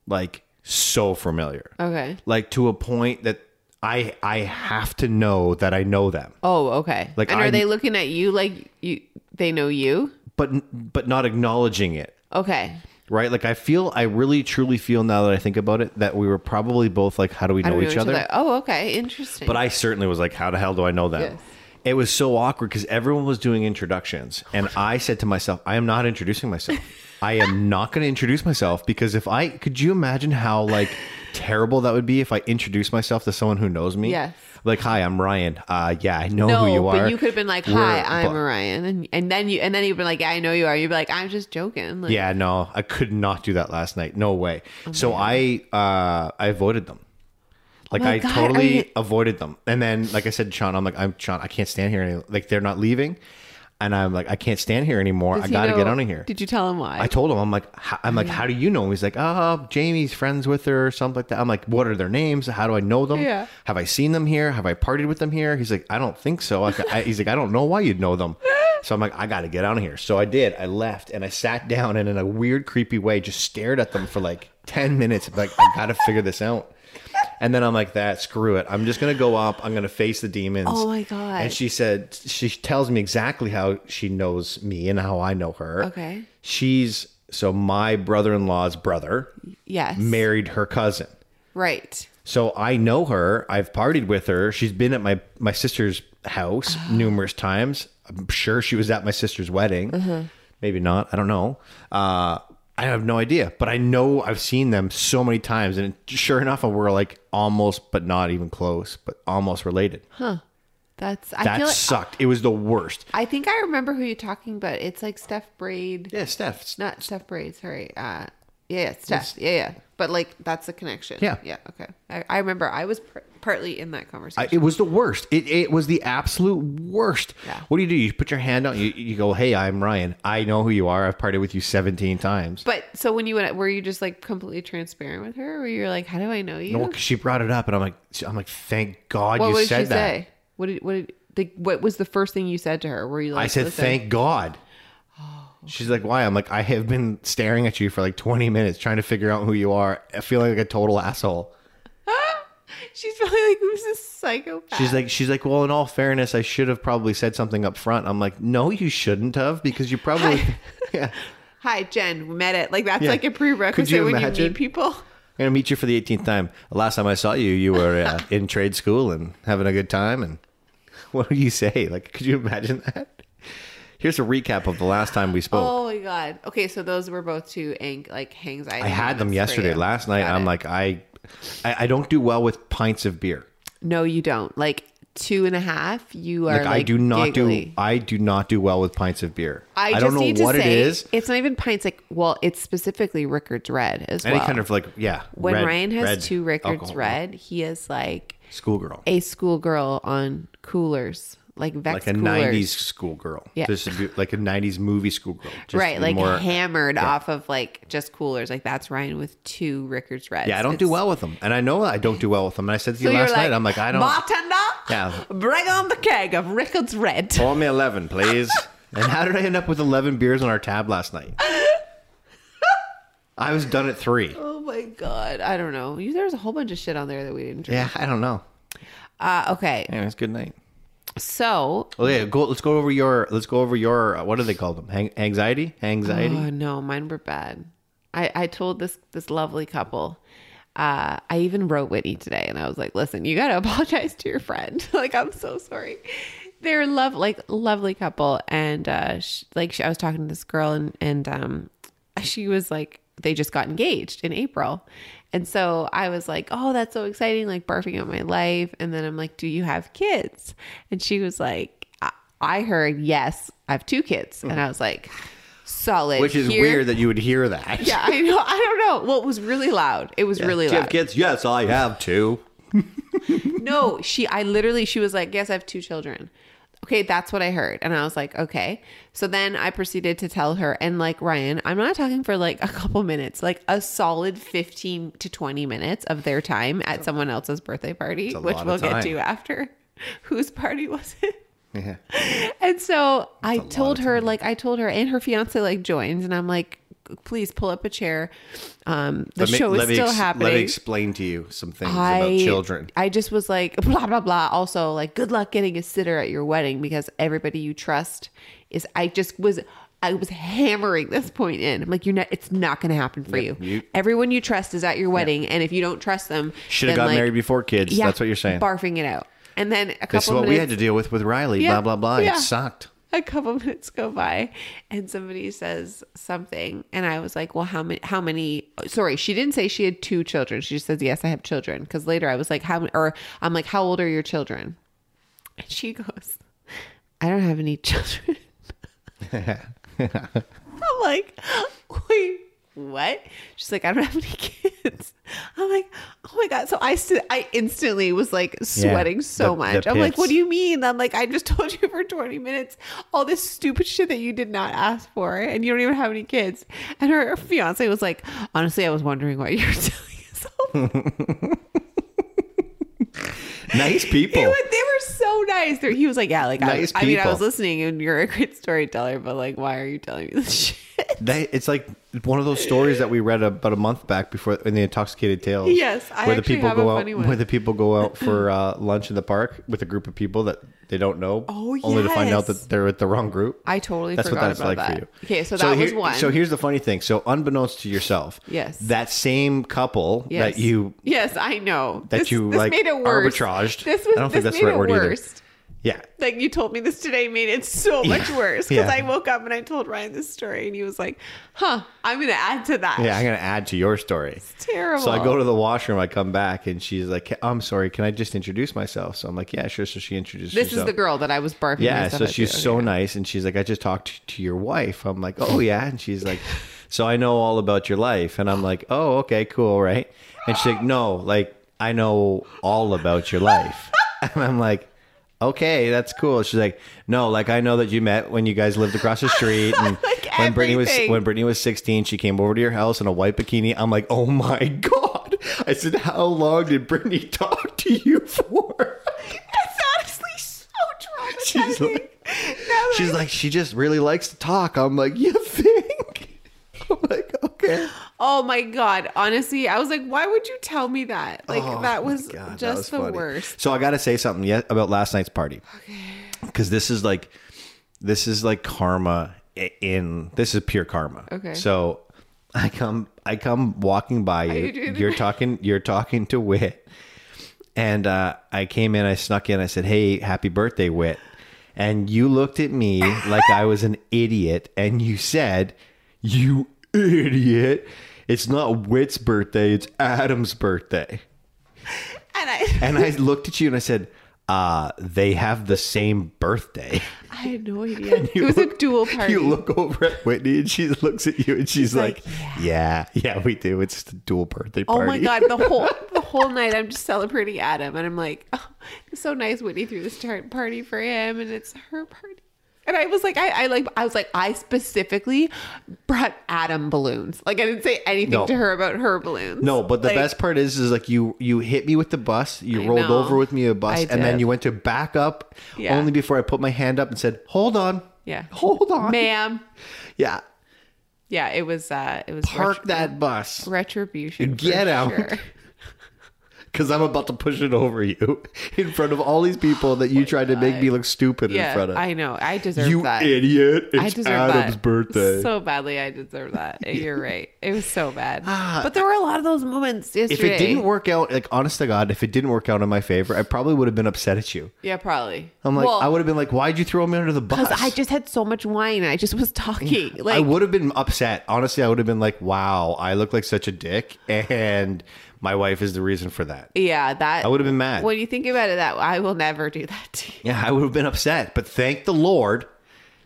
Speaker 4: like so familiar.
Speaker 6: Okay.
Speaker 4: Like to a point that I I have to know that I know them.
Speaker 6: Oh, okay.
Speaker 4: Like,
Speaker 6: and are
Speaker 4: I'm-
Speaker 6: they looking at you like you? They know you.
Speaker 4: But but not acknowledging it.
Speaker 6: Okay.
Speaker 4: right? Like I feel, I really truly feel now that I think about it that we were probably both like, how do we know,
Speaker 6: I don't
Speaker 4: each, other?
Speaker 6: Oh, okay. Interesting.
Speaker 4: But I certainly was like, how the hell do I know them?
Speaker 6: Yes.
Speaker 4: It was so awkward because everyone was doing introductions. And I said to myself, I am not introducing myself. I am not going to introduce myself because if I could you imagine how like terrible that would be if I introduced myself to someone who knows me?
Speaker 6: Yes.
Speaker 4: Like, hi, I'm Ryan. Uh, yeah, I know
Speaker 6: No,
Speaker 4: who you are.
Speaker 6: but you could have been like,
Speaker 4: We're-
Speaker 6: "Hi, I'm
Speaker 4: but-
Speaker 6: Orion," and and then you and then you'd been like, "Yeah, I know you are." You'd be like, "I'm just joking." Like, Oh
Speaker 4: Yeah, no, I could not do that last night. No way. so I uh I avoided them. Like
Speaker 6: my
Speaker 4: I
Speaker 6: God,
Speaker 4: totally
Speaker 6: are you-
Speaker 4: avoided them. And then like I said to Sean, I'm like, I'm Sean, I can't stand here any like they're not leaving. And I'm like, I can't stand here anymore.
Speaker 6: does
Speaker 4: I
Speaker 6: he
Speaker 4: gotta get
Speaker 6: know-
Speaker 4: out of here.
Speaker 6: Did you tell him why?
Speaker 4: I told him, I'm like, h- I'm
Speaker 6: Mm.
Speaker 4: like, how do you know? He's like, oh, Jamie's friends with her or something like that. I'm like, what are their names? How do I know them?
Speaker 6: Yeah.
Speaker 4: Have I seen them here? Have I partied with them here? He's like, I don't think so. I, I, he's like, I don't know why you'd know them. So I'm like, I got to get out of here. So I did. I left and I sat down and in a weird, creepy way, just stared at them for like 10 minutes. I'm like, I got to figure this out. And then I'm like, that, screw it. I'm just going to go up. I'm going to face the demons.
Speaker 6: Oh my God.
Speaker 4: And she said, she tells me exactly how she knows me and how I know her.
Speaker 6: Okay.
Speaker 4: She's so my brother in law's brother
Speaker 6: yes,
Speaker 4: married her cousin.
Speaker 6: right.
Speaker 4: So I know her. I've partied with her. She's been at my my sister's house
Speaker 6: Ah.
Speaker 4: numerous times. I'm sure she was at my sister's wedding.
Speaker 6: Uh-huh.
Speaker 4: Maybe not. I don't know. Uh, I have no idea. But I know I've seen them so many times, and sure enough, we're like almost, but not even close, but almost related.
Speaker 6: That's I
Speaker 4: that
Speaker 6: feel. Like,
Speaker 4: sucked. it was the worst.
Speaker 6: I think I remember who you're talking about. It's like Steph Braid,
Speaker 4: Yeah, Steph.
Speaker 6: not Steph Braid. Sorry. Uh, yeah, yeah, Steph. Yeah, yeah. But like, that's the connection.
Speaker 4: Yeah.
Speaker 6: yeah. Okay. I, I remember. I was pr- partly in that
Speaker 4: I,
Speaker 6: conversation.
Speaker 4: it was the worst. It, it was the absolute worst.
Speaker 6: Yeah.
Speaker 4: What do you do? You put your hand out. You, you go, hey, I'm Ryan. I know who you are. I've partied with you 17 times.
Speaker 6: but so when you went, were you just like completely transparent with her? Were you like, "How do I know you?"
Speaker 4: No, 'cause she brought it up, and I'm like, I'm like, thank God
Speaker 6: what
Speaker 4: you
Speaker 6: did
Speaker 4: said
Speaker 6: she
Speaker 4: that.
Speaker 6: say? What did what did the, what was the first thing you said to her? Were you like
Speaker 4: I said,
Speaker 6: "Listen, Oh.
Speaker 4: thank God. She's like, why? I'm like, I have been staring at you for like 20 minutes trying to figure out who you are, uh, feeling like a total asshole.
Speaker 6: She's probably like, who's this psychopath?
Speaker 4: She's like, she's like, well, in all fairness, I should have probably said something up front. I'm like, no, you shouldn't have because you probably, yeah.
Speaker 6: hi, Jen, we met it. Like that's
Speaker 4: Yeah.
Speaker 6: like a prerequisite
Speaker 4: Could you
Speaker 6: when you
Speaker 4: imagine? Oh.
Speaker 6: meet people.
Speaker 4: I'm gonna meet you for the 18th time. The last time I saw you, you were uh, in trade school and having a good time. And what do you say? Like, could you imagine that? Here's a recap of the last time we spoke.
Speaker 6: Oh my god. Okay, so those were both two ang- like anxiety.
Speaker 4: I had them
Speaker 6: moments for
Speaker 4: yesterday.
Speaker 6: you.
Speaker 4: Last night,
Speaker 6: Got
Speaker 4: I'm
Speaker 6: it.
Speaker 4: like, I, I, I don't do well with pints of beer.
Speaker 6: no, you don't. Like two and a half. You are
Speaker 4: Like,
Speaker 6: like,
Speaker 4: I do not do.
Speaker 6: giggly.
Speaker 4: I do not do well with pints of beer.
Speaker 6: I,
Speaker 4: I
Speaker 6: just
Speaker 4: don't know
Speaker 6: need
Speaker 4: what
Speaker 6: to say,
Speaker 4: it is.
Speaker 6: It's not even pints. Like, well, it's specifically Rickard's Red as
Speaker 4: Any
Speaker 6: well.
Speaker 4: kind of like, yeah.
Speaker 6: when
Speaker 4: red-
Speaker 6: Ryan has
Speaker 4: red
Speaker 6: two Rickard's
Speaker 4: alcohol.
Speaker 6: Red, he is like
Speaker 4: schoolgirl,
Speaker 6: a schoolgirl on coolers, like Vex
Speaker 4: like a
Speaker 6: coolers.
Speaker 4: '90s schoolgirl.
Speaker 6: Yeah.
Speaker 4: Just a bu- like a '90s movie schoolgirl. Just
Speaker 6: right, like
Speaker 4: more-
Speaker 6: hammered off of like just coolers. Like that's Ryan with two Rickard's Reds.
Speaker 4: Yeah, I don't do
Speaker 6: It's-
Speaker 4: well with them, and I know I don't do well with them. And I said to you
Speaker 6: So you're
Speaker 4: last night, I'm like, I don't.
Speaker 6: Bartender,
Speaker 4: Yeah.
Speaker 6: bring on the keg of Rickard's Red.
Speaker 4: Pour me eleven, please. and how did I end up with eleven beers on our tab last night? I was done at three.
Speaker 6: Oh my god, I don't know. You, there was a whole bunch of shit on there that we didn't drink.
Speaker 4: Yeah, I don't know.
Speaker 6: Uh, okay,
Speaker 4: Anyways, good night.
Speaker 6: so
Speaker 4: Okay, Oh, go. Let's go over your. Let's go over your. uh, What do they call them? Hang, anxiety. Anxiety.
Speaker 6: Oh no, mine were bad. I, I told this this lovely couple. Uh, I even wrote Whitney today, and I was like, "Listen, you gotta apologize to your friend. like, I'm so sorry." They're love like lovely couple, and uh, sh like she, I was talking to this girl, and and um, she was like, they just got engaged in April, and so I was like, "Oh, that's so exciting!" Like barfing out my life, and then I'm like, "Do you have kids?" And she was like, "I, I heard yes, I have two kids," and I was like, "Solid."
Speaker 4: Which is
Speaker 6: Here-
Speaker 4: weird that you would hear that.
Speaker 6: yeah, I know. I don't know. Well, it was really loud. It was really
Speaker 4: Do you have
Speaker 6: loud.
Speaker 4: kids? Yes, I have two.
Speaker 6: No, she. I literally. She was like, "Yes, I have two children." Okay, that's what I heard, and I was like, "Okay." So then I proceeded to tell her, and like Ryan, I'm not talking for like a couple minutes, like a solid 15 to 20 minutes of their time at someone else's birthday party,
Speaker 4: a
Speaker 6: which
Speaker 4: lot of
Speaker 6: we'll get
Speaker 4: time.
Speaker 6: to after. Whose party was it? And so I told her, like, I told her, and her fiance like joins, and I'm like, please pull up a chair. Um, the
Speaker 4: Let me-
Speaker 6: show is
Speaker 4: let me
Speaker 6: still
Speaker 4: ex-
Speaker 6: happening.
Speaker 4: Let me explain to you some things about children.
Speaker 6: I just was like, blah, blah, blah. Also, like, good luck getting a sitter at your wedding because everybody you trust is. I just was. I was hammering this point in. I'm like, you're not. It's not going to happen for you.
Speaker 4: you-
Speaker 6: Everyone you trust is at your wedding, and if you don't trust them,
Speaker 4: Should have
Speaker 6: then,
Speaker 4: got
Speaker 6: like-
Speaker 4: married before kids. That's what you're saying.
Speaker 6: Barfing it out. And then a couple
Speaker 4: This is what
Speaker 6: minutes,
Speaker 4: we had to deal with with Riley.
Speaker 6: Yeah.
Speaker 4: Blah blah blah.
Speaker 6: Yeah.
Speaker 4: It sucked.
Speaker 6: a couple minutes go by and somebody says something and i was like well how many how many oh, sorry she didn't say she had two children she just says yes i have children because later i was like how or i'm like how old are your children and she goes i don't have any children i'm like wait what she's like i don't have any kids i'm like oh my god so i st- i instantly was like sweating so
Speaker 4: the- the
Speaker 6: much i'm like
Speaker 4: pits.
Speaker 6: what do you mean? I'm like, I just told you for 20 minutes all this stupid shit that you did not ask for, and you don't even have any kids. And her fiance was like, honestly, I was wondering what you were telling yourself.
Speaker 4: Nice people.
Speaker 6: They were, they were so nice. They're- He was like, yeah, like,
Speaker 4: Nice
Speaker 6: I, I mean, I
Speaker 4: people.
Speaker 6: was listening, and you're a great storyteller, but like, why are you telling me this shit?
Speaker 4: They, it's like one of those stories that we read about a month back before in the Intoxicated Tales.
Speaker 6: Yes, I
Speaker 4: where the
Speaker 6: actually
Speaker 4: people
Speaker 6: have
Speaker 4: go
Speaker 6: a
Speaker 4: out,
Speaker 6: funny one.
Speaker 4: where the people go out for uh, lunch in the park with a group of people that they don't know.
Speaker 6: Oh,
Speaker 4: only to find out
Speaker 6: yes.
Speaker 4: that they're with the wrong group.
Speaker 6: I totally forgot about that. Okay, so that
Speaker 4: here-
Speaker 6: was one.
Speaker 4: So here's the funny thing. So unbeknownst to yourself,
Speaker 6: Yes.
Speaker 4: that same couple
Speaker 6: Yes.
Speaker 4: that you,
Speaker 6: Yes, I know.
Speaker 4: That you, like, arbitraged.
Speaker 6: This was,
Speaker 4: I don't think
Speaker 6: this
Speaker 4: that's the
Speaker 6: made
Speaker 4: right
Speaker 6: it
Speaker 4: word either.
Speaker 6: worse.
Speaker 4: yeah,
Speaker 6: like you told me this today made it so much worse because
Speaker 4: Yeah.
Speaker 6: I woke up and I told Ryan this story and he was like, "Huh, I'm gonna add to that."
Speaker 4: yeah, I'm gonna add to your story.
Speaker 6: it's terrible.
Speaker 4: So I go to the washroom. I come back, and she's like, "I'm sorry. Can I just introduce myself?" So I'm like, "Yeah, sure." So she introduced.
Speaker 6: this is
Speaker 4: herself.
Speaker 6: the girl that I was barfing.
Speaker 4: Yeah,
Speaker 6: myself
Speaker 4: so
Speaker 6: at
Speaker 4: she's
Speaker 6: the other
Speaker 4: so
Speaker 6: day.
Speaker 4: nice, and she's like, "I just talked to your wife." I'm like, "Oh yeah," and she's like, "So I know all about your life," and I'm like, "Oh okay, cool, right?" And she's like, "No, like I know all about your life," and I'm like, "Okay, that's cool." She's like, "No, like I know that you met when you guys lived across the street, and
Speaker 6: Like
Speaker 4: when Brittany was
Speaker 6: everything.
Speaker 4: when Brittany was 16, she came over to your house in a white bikini." I'm like, "Oh my god!" I said, "How long did Brittany talk to you for?"
Speaker 6: That's honestly so traumatizing.
Speaker 4: She's like-
Speaker 6: Now that
Speaker 4: She's
Speaker 6: I-
Speaker 4: like, she just really likes to talk. I'm like, you think? I'm like, okay.
Speaker 6: "Oh my god!" Honestly, I was like, "Why would you tell me that?" Like that was
Speaker 4: Oh God, that
Speaker 6: just
Speaker 4: was
Speaker 6: the
Speaker 4: funny.
Speaker 6: worst.
Speaker 4: So I got to say something yet about last night's party. Because this is like, this is like karma i- in, this is pure karma.
Speaker 6: Okay.
Speaker 4: So I come, I come walking by you.
Speaker 6: you doing
Speaker 4: You're talking, you're talking to Wit. And uh, I came in, I snuck in, I said, hey, happy birthday, Wit. And you looked at me like I was an idiot and you said, you idiot. It's not Wit's birthday, it's Adam's birthday.
Speaker 6: And I,
Speaker 4: And I looked at you and I said, uh, they have the same birthday.
Speaker 6: I had no idea. It
Speaker 4: You
Speaker 6: was a
Speaker 4: look-
Speaker 6: dual party.
Speaker 4: You look over at Whitney and she looks at you and she's, like,
Speaker 6: like,
Speaker 4: yeah. yeah, we do. It's just a dual birthday
Speaker 6: Oh
Speaker 4: party.
Speaker 6: my god, the whole the whole night I'm just celebrating Adam and I'm like, oh, it's so nice Whitney threw this tar- party for him and it's her party. And I was like, I, I like I was like, I specifically brought Adam balloons. Like I didn't say anything
Speaker 4: No.
Speaker 6: to her about her balloons.
Speaker 4: No, but the
Speaker 6: Like,
Speaker 4: best part is, is like you you hit me with the bus, you
Speaker 6: I
Speaker 4: rolled
Speaker 6: know.
Speaker 4: over with me a bus,
Speaker 6: I
Speaker 4: and then
Speaker 6: did.
Speaker 4: you went to back up
Speaker 6: Yeah.
Speaker 4: only before I put my hand up and said, "Hold on,
Speaker 6: Yeah.
Speaker 4: hold on,
Speaker 6: Ma'am.
Speaker 4: yeah,
Speaker 6: Yeah, it was uh it was
Speaker 4: park
Speaker 6: retri-
Speaker 4: that bus
Speaker 6: retribution. for
Speaker 4: Get out.
Speaker 6: sure.
Speaker 4: because I'm about to push it over you in front of all these people that you tried to make me look stupid in
Speaker 6: Yeah,
Speaker 4: front of."
Speaker 6: I know. I deserve
Speaker 4: you
Speaker 6: that.
Speaker 4: idiot! It's
Speaker 6: I deserve
Speaker 4: Adam's
Speaker 6: that
Speaker 4: birthday.
Speaker 6: so badly. I deserve that. You're right. It was so bad. but there were a lot of those moments yesterday.
Speaker 4: Ah, if it didn't work out, like honest to God, if it didn't work out in my favor, I probably would have been upset at you.
Speaker 6: Yeah, probably.
Speaker 4: I'm like,
Speaker 6: Well,
Speaker 4: I would have been like, "Why'd you throw me under the bus?"
Speaker 6: because I just had so much wine. I just was talking. Like,
Speaker 4: I would have been upset. Honestly, I would have been like, wow, I look like such a dick. And my wife is the reason for that.
Speaker 6: yeah, that
Speaker 4: I would have been mad.
Speaker 6: When you think about it, that I will never do that. To you.
Speaker 4: Yeah, I would have been upset. But thank the Lord.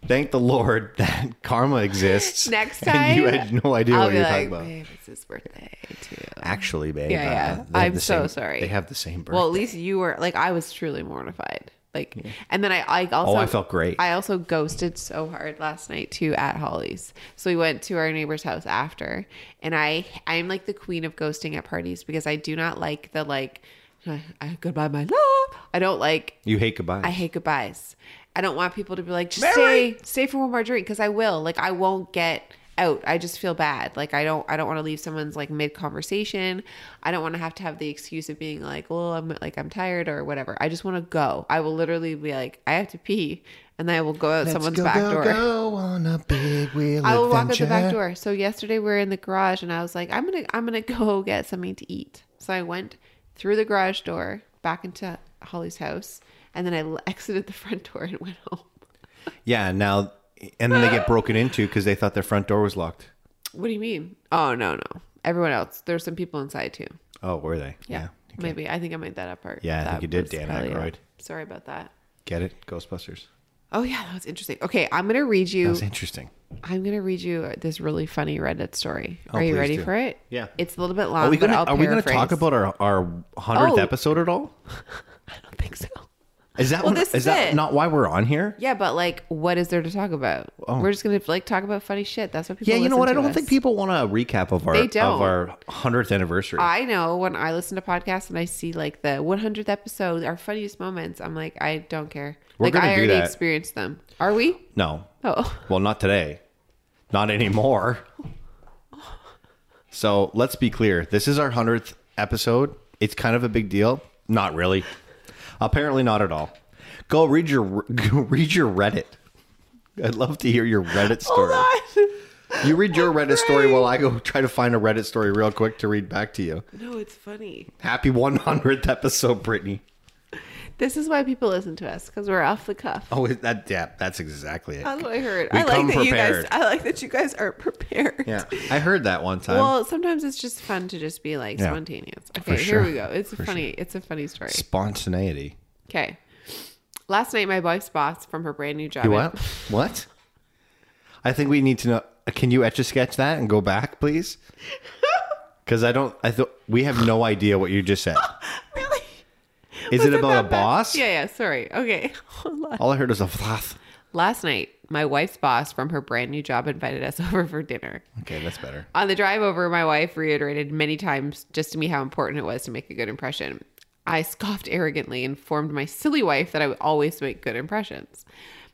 Speaker 4: Thank the Lord that karma exists.
Speaker 6: Next
Speaker 4: And
Speaker 6: time,
Speaker 4: you had no idea
Speaker 6: I'll
Speaker 4: what
Speaker 6: be
Speaker 4: you're
Speaker 6: like,
Speaker 4: talking about.
Speaker 6: babe, it's his birthday too.
Speaker 4: Actually, babe. uh,
Speaker 6: Yeah, yeah.
Speaker 4: they have
Speaker 6: I'm
Speaker 4: the
Speaker 6: so
Speaker 4: same-
Speaker 6: sorry.
Speaker 4: They have the same birthday.
Speaker 6: Well, at least you were like, I was truly mortified. Like, and then I, I also,
Speaker 4: Oh, I felt great.
Speaker 6: I also ghosted so hard last night too at Holly's. So we went to our neighbor's house after, and I, I'm like the queen of ghosting at parties because I do not like the like, I, goodbye my love. I don't like
Speaker 4: you hate goodbye.
Speaker 6: I hate goodbyes. I don't want people to be like, just stay, stay for one more drink because I will. Like, I won't get out. I just feel bad. Like, I don't, I don't want to leave someone's like mid conversation. I don't want to have to have the excuse of being like, well, I'm like, I'm tired or whatever. I just want to go. I will literally be like, I have to pee, and then I will go out someone's back door.
Speaker 9: Go on a big wheel
Speaker 6: I will walk out the back door. So yesterday we were in the garage and I was like, I'm gonna I'm gonna go get something to eat. So I went through the garage door back into Holly's house, and then I l- exited the front door and went home.
Speaker 4: Yeah. Now, and then they get broken into because they thought their front door was locked.
Speaker 6: What do you mean? Oh no, no. Everyone else. There's some people inside too.
Speaker 4: Oh, were they?
Speaker 6: Yeah. Maybe I think I made that up. Or
Speaker 4: Yeah, I think
Speaker 6: that
Speaker 4: you did,
Speaker 6: was
Speaker 4: Dan
Speaker 6: probably-
Speaker 4: Aykroyd.
Speaker 6: Sorry about that.
Speaker 4: Get it? Ghostbusters.
Speaker 6: Oh yeah, that was interesting. Okay, I'm gonna read you.
Speaker 4: That was interesting.
Speaker 6: I'm gonna read you this really funny Reddit story.
Speaker 4: Oh,
Speaker 6: Are you
Speaker 4: please
Speaker 6: ready
Speaker 4: do.
Speaker 6: for it?
Speaker 4: Yeah.
Speaker 6: It's a little bit long,
Speaker 4: Are we
Speaker 6: but
Speaker 4: gonna
Speaker 6: I'll
Speaker 4: Are we gonna
Speaker 6: paraphrase.
Speaker 4: talk about our our hundredth
Speaker 6: Oh.
Speaker 4: episode at all?
Speaker 6: I don't think so.
Speaker 4: Is that
Speaker 6: Well,
Speaker 4: what-
Speaker 6: this
Speaker 4: is
Speaker 6: is
Speaker 4: that
Speaker 6: it.
Speaker 4: not why we're on here?
Speaker 6: Yeah, but like, what is there to talk about? We're just gonna like talk about funny shit. That's what people.
Speaker 4: Oh. Yeah, you know
Speaker 6: listen
Speaker 4: what? I
Speaker 6: to
Speaker 4: don't
Speaker 6: us.
Speaker 4: think people want a recap of our
Speaker 6: They
Speaker 4: of
Speaker 6: don't.
Speaker 4: our hundredth anniversary.
Speaker 6: I know when I listen to podcasts and I see like the 100th episode, our funniest moments. I'm like, I don't care.
Speaker 4: We're
Speaker 6: like
Speaker 4: gonna
Speaker 6: I
Speaker 4: do
Speaker 6: already
Speaker 4: that.
Speaker 6: experienced them. Are we?
Speaker 4: no,
Speaker 6: Oh,
Speaker 4: well, not today, not anymore. So let's be clear. This is our hundredth episode. It's kind of a big deal. Not really. Apparently, not at all. Go read your go read your Reddit. I'd love to hear your Reddit story. You read your Reddit story while I go try to find a Reddit story real quick to read back to you.
Speaker 6: no, it's funny.
Speaker 4: Happy 100th episode, Brittany.
Speaker 6: This is why people listen to us because we're off the cuff.
Speaker 4: Oh, is that yeah, that's exactly it.
Speaker 6: That's what I heard.
Speaker 4: We
Speaker 6: I like
Speaker 4: come
Speaker 6: that you guys.
Speaker 4: prepared.
Speaker 6: I like that you guys aren't prepared.
Speaker 4: Yeah, I heard that one time.
Speaker 6: Well, sometimes it's just fun to just be like
Speaker 4: Yeah.
Speaker 6: spontaneous. Okay,
Speaker 4: sure.
Speaker 6: here we go. It's a funny. It's a funny story.
Speaker 4: Spontaneity.
Speaker 6: Okay. Last night, my wife's boss from her brand new job.
Speaker 4: You what? What? I think we need to know. Can you etch a sketch that and go back, please? Because I don't. I thought we have no idea what you just said.
Speaker 6: Really?
Speaker 4: Is
Speaker 6: Was
Speaker 4: it about
Speaker 6: that
Speaker 4: a
Speaker 6: bad?
Speaker 4: boss?
Speaker 6: Yeah, yeah. Sorry. Okay. Hold on.
Speaker 4: All I heard was a flath.
Speaker 6: Last night, my wife's boss from her brand new job invited us over for dinner.
Speaker 4: Okay, that's better.
Speaker 6: On the drive over, my wife reiterated many times just to me how important it was to make a good impression. I scoffed arrogantly and informed my silly wife that I would always make good impressions.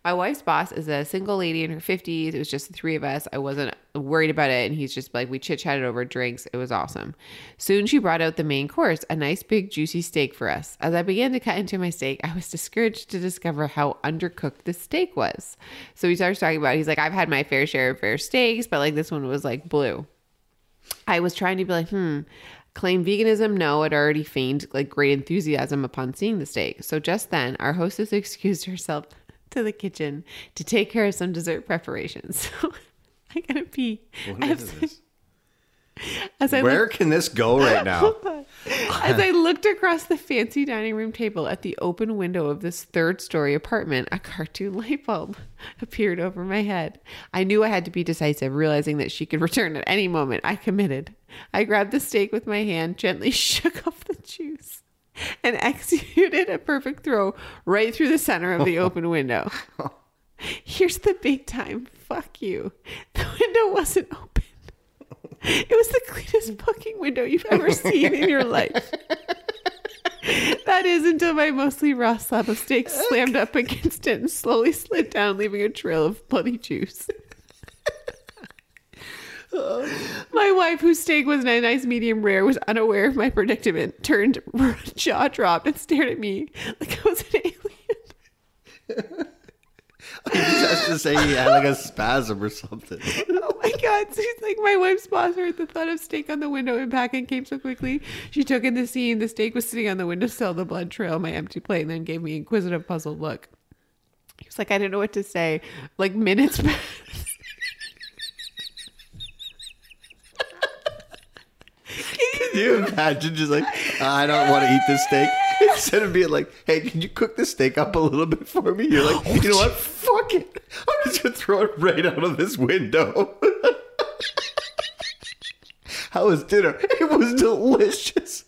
Speaker 6: My wife's boss is a single lady in her 50s. It was just the three of us. I wasn't worried about it. And he's just like, we chit chatted over drinks. It was awesome. Soon she brought out the main course, a nice big juicy steak for us. As I began to cut into my steak, I was discouraged to discover how undercooked the steak was. So he starts talking about, he's like, I've had my fair share of fair steaks, but like this one was like blue. I was trying to be like, hmm, claim veganism? No, it already feigned like great enthusiasm upon seeing the steak. So just then, our hostess excused herself to the kitchen to take care of some dessert preparations. So I gotta pee. as, as I
Speaker 4: Where
Speaker 6: looked,
Speaker 4: can this go right now?
Speaker 6: as I looked across the fancy dining room table at the open window of this third story apartment, a cartoon light bulb appeared over my head. I knew I had to be decisive, realizing that she could return at any moment. I committed. I grabbed the steak with my hand, gently shook off the juice, and executed a perfect throw right through the center of the open window. Here's the big time fuck you. The window wasn't open. It was the cleanest fucking window you've ever seen in your life. That is until my mostly raw slab of steak slammed up against it and slowly slid down, leaving a trail of bloody juice. My wife, whose steak was a nice medium rare, was unaware of my predicament, turned, jaw dropped, and stared at me like I was an alien.
Speaker 4: That's to say he had like a spasm or something.
Speaker 6: Oh my god, she's like my wife's boss heard the thought of steak on the window impact and came so quickly. She took in the scene. The steak was sitting on the windowsill, the blood trail, my empty plate, and then gave me an inquisitive, puzzled look. He was like, I didn't know what to say. Like minutes passed.
Speaker 4: Can you imagine just like, I don't want to eat this steak? Instead of being like, hey, can you cook this steak up a little bit for me? You're like, you know what? Fuck it. I'm just going to throw it right out of this window. How was dinner? It was delicious.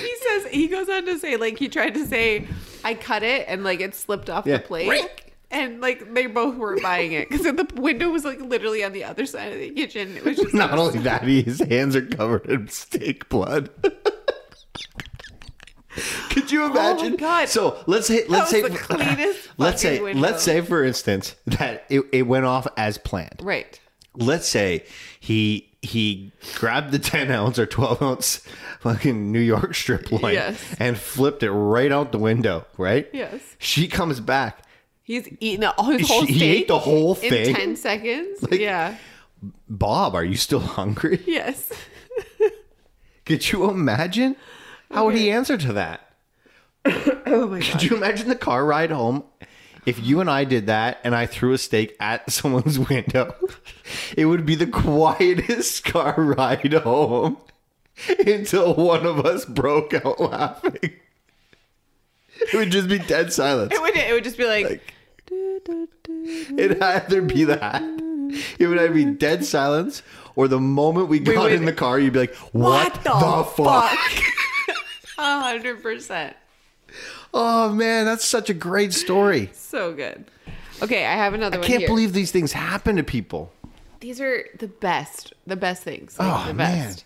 Speaker 6: He says he goes on to say, like he tried to say, I cut it and like it slipped off
Speaker 4: Yeah.
Speaker 6: the plate. And like they both weren't buying it because the window was like literally on the other side of the kitchen. It was just
Speaker 4: Not only that, his hands are covered in steak blood. Could you
Speaker 6: Oh my
Speaker 4: imagine?
Speaker 6: God.
Speaker 4: So let's say let's say
Speaker 6: was the cleanest
Speaker 4: let's say
Speaker 6: fucking window.
Speaker 4: let's say for instance that it, it went off as planned.
Speaker 6: right.
Speaker 4: let's say he he grabbed the 10 ounce or 12 ounce fucking New York strip loin
Speaker 6: Yes.
Speaker 4: and flipped it right out the window, right?
Speaker 6: Yes.
Speaker 4: She comes back.
Speaker 6: He's eaten all his whole
Speaker 4: She-
Speaker 6: steak.
Speaker 4: he ate the whole thing?
Speaker 6: in ten seconds.
Speaker 4: Like-
Speaker 6: yeah.
Speaker 4: Bob, are you still hungry?
Speaker 6: Yes.
Speaker 4: Could you imagine? How would he answer to that?
Speaker 6: Oh my
Speaker 4: Could you imagine the car ride home? If you and I did that and I threw a steak at someone's window, it would be the quietest car ride home until one of us broke out laughing. It would just be dead silence.
Speaker 6: It would, it would just be like,
Speaker 4: It'd either be that. It would either be dead silence, or the moment we got
Speaker 6: would-
Speaker 4: in the car, you'd be like, What, the, fuck?
Speaker 6: A hundred percent.
Speaker 4: Oh man, that's such a great story.
Speaker 6: So good. Okay, I have another
Speaker 4: I
Speaker 6: one.
Speaker 4: can't
Speaker 6: here.
Speaker 4: believe these things happen to people.
Speaker 6: these are the best. The best things. Like,
Speaker 4: Oh,
Speaker 6: the best.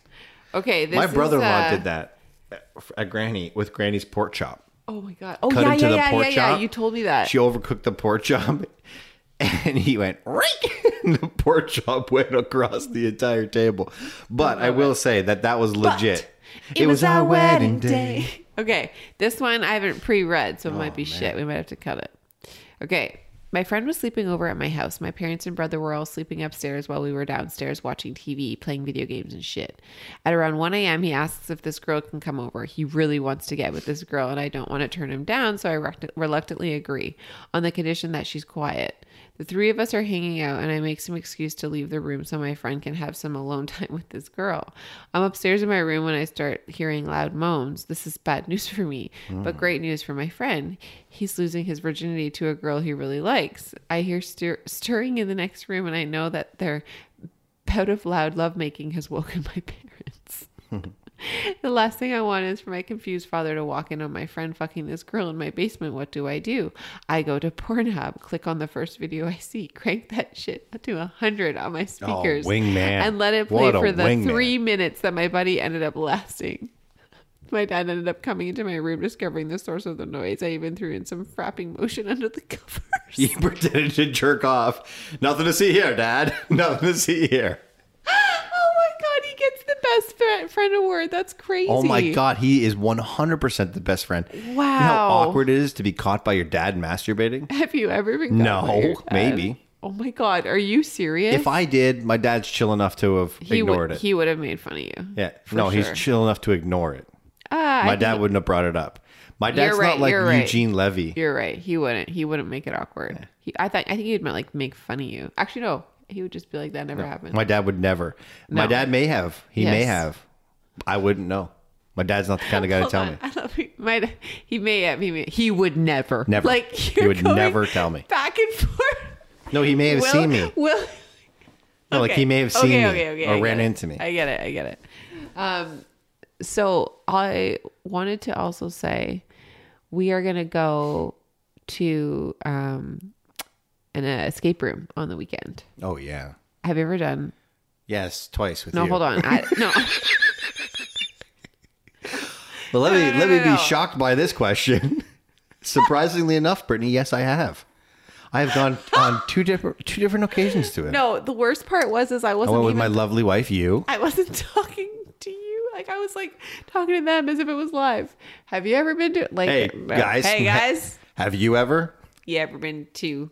Speaker 6: Okay, this
Speaker 4: My
Speaker 6: is,
Speaker 4: brother in law
Speaker 6: uh,
Speaker 4: did that at- at Granny with Granny's pork chop.
Speaker 6: Oh my god. Oh
Speaker 4: Cut
Speaker 6: yeah,
Speaker 4: into
Speaker 6: yeah,
Speaker 4: the
Speaker 6: yeah,
Speaker 4: pork
Speaker 6: yeah, yeah.
Speaker 4: chop.
Speaker 6: You told me that.
Speaker 4: She overcooked the pork chop, and he went right. and the pork chop went across the entire table. But I will say that that was legit.
Speaker 6: Okay, this one I haven't pre-read, so it might be shit. We might have to cut it. Okay. My friend was sleeping over at my house. My parents and brother were all sleeping upstairs while we were downstairs watching TV, playing video games and shit. At around 1 a.m., he asks if this girl can come over. He really wants to get with this girl, and I don't want to turn him down, so I reluct- reluctantly agree on the condition that she's quiet. The three of us are hanging out, and I make some excuse to leave the room so my friend can have some alone time with this girl. I'm upstairs in my room when I start hearing loud moans. This is bad news for me, but great news for my friend. He's losing his virginity to a girl he really likes. I hear stir- stirring in the next room, and I know that their bout of loud lovemaking has woken my parents. The last thing I want is for my confused father to walk in on my friend fucking this girl in my basement. What do I do? I go to Pornhub, click on the first video I see, crank that shit up to 100 on my speakers,
Speaker 4: Oh, wingman.
Speaker 6: and let it play
Speaker 4: What a
Speaker 6: for the
Speaker 4: wingman.
Speaker 6: three minutes that my buddy ended up lasting. My dad ended up coming into my room, discovering the source of the noise. I even threw in some frapping motion under the covers.
Speaker 4: He pretended to jerk off. Nothing to see here, Dad. Nothing to see here.
Speaker 6: oh my god, he gets the best fri- friend award. That's crazy.
Speaker 4: Oh my god, he is one hundred percent the best friend. You know how
Speaker 6: Wow.
Speaker 4: awkward it is to be caught by your dad masturbating.
Speaker 6: Have you ever been? caught
Speaker 4: No,
Speaker 6: by your dad?
Speaker 4: maybe.
Speaker 6: Oh my god, are you serious?
Speaker 4: If I did, my dad's chill enough to have
Speaker 6: he
Speaker 4: ignored
Speaker 6: would,
Speaker 4: it.
Speaker 6: He would have made fun of you.
Speaker 4: yeah,
Speaker 6: for
Speaker 4: no,
Speaker 6: sure.
Speaker 4: he's chill enough to ignore it.
Speaker 6: Ah, I
Speaker 4: my dad
Speaker 6: think-
Speaker 4: wouldn't have brought it up. My dad's
Speaker 6: You're right,
Speaker 4: not like
Speaker 6: you're right.
Speaker 4: Eugene Levy.
Speaker 6: You're right. He wouldn't. He wouldn't make it awkward. He, I thought. I think he'd like make fun of you. Actually, no. He would just be like, "That never happened."
Speaker 4: My dad would never. My
Speaker 6: No.
Speaker 4: dad may have. He may
Speaker 6: Yes.
Speaker 4: have. I wouldn't know. My dad's not the kind of guy to
Speaker 6: Hold
Speaker 4: tell
Speaker 6: on.
Speaker 4: me.
Speaker 6: I love he, my, he may have. He may. He would never.
Speaker 4: Never.
Speaker 6: Like
Speaker 4: He
Speaker 6: you're
Speaker 4: would
Speaker 6: going
Speaker 4: never tell me.
Speaker 6: Back and forth.
Speaker 4: No, he may have
Speaker 6: Will-
Speaker 4: seen me.
Speaker 6: Will.
Speaker 4: No, like
Speaker 6: Okay.
Speaker 4: he may have seen
Speaker 6: okay,
Speaker 4: me
Speaker 6: okay, okay, I
Speaker 4: or
Speaker 6: get
Speaker 4: ran
Speaker 6: it.
Speaker 4: into me.
Speaker 6: I get it. I get it. Um, so I wanted to also say we are going to go to um, an uh, escape room on the weekend.
Speaker 4: oh yeah.
Speaker 6: Have you ever done?
Speaker 4: Yes, twice with
Speaker 6: No,
Speaker 4: you.
Speaker 6: hold on. I, no,
Speaker 4: But let me let me be shocked by this question. Surprisingly enough, Brittany, yes, I have. I have gone on two different two different occasions to it.
Speaker 6: no. The worst part was is I
Speaker 4: I
Speaker 6: wasn't
Speaker 4: went with
Speaker 6: even,
Speaker 4: my lovely wife, you.
Speaker 6: I wasn't talking to you. Like I was like talking to them as if it was live. Have you ever been to like?
Speaker 4: Hey guys,
Speaker 6: Hey guys.
Speaker 4: have you ever?
Speaker 6: You ever been to?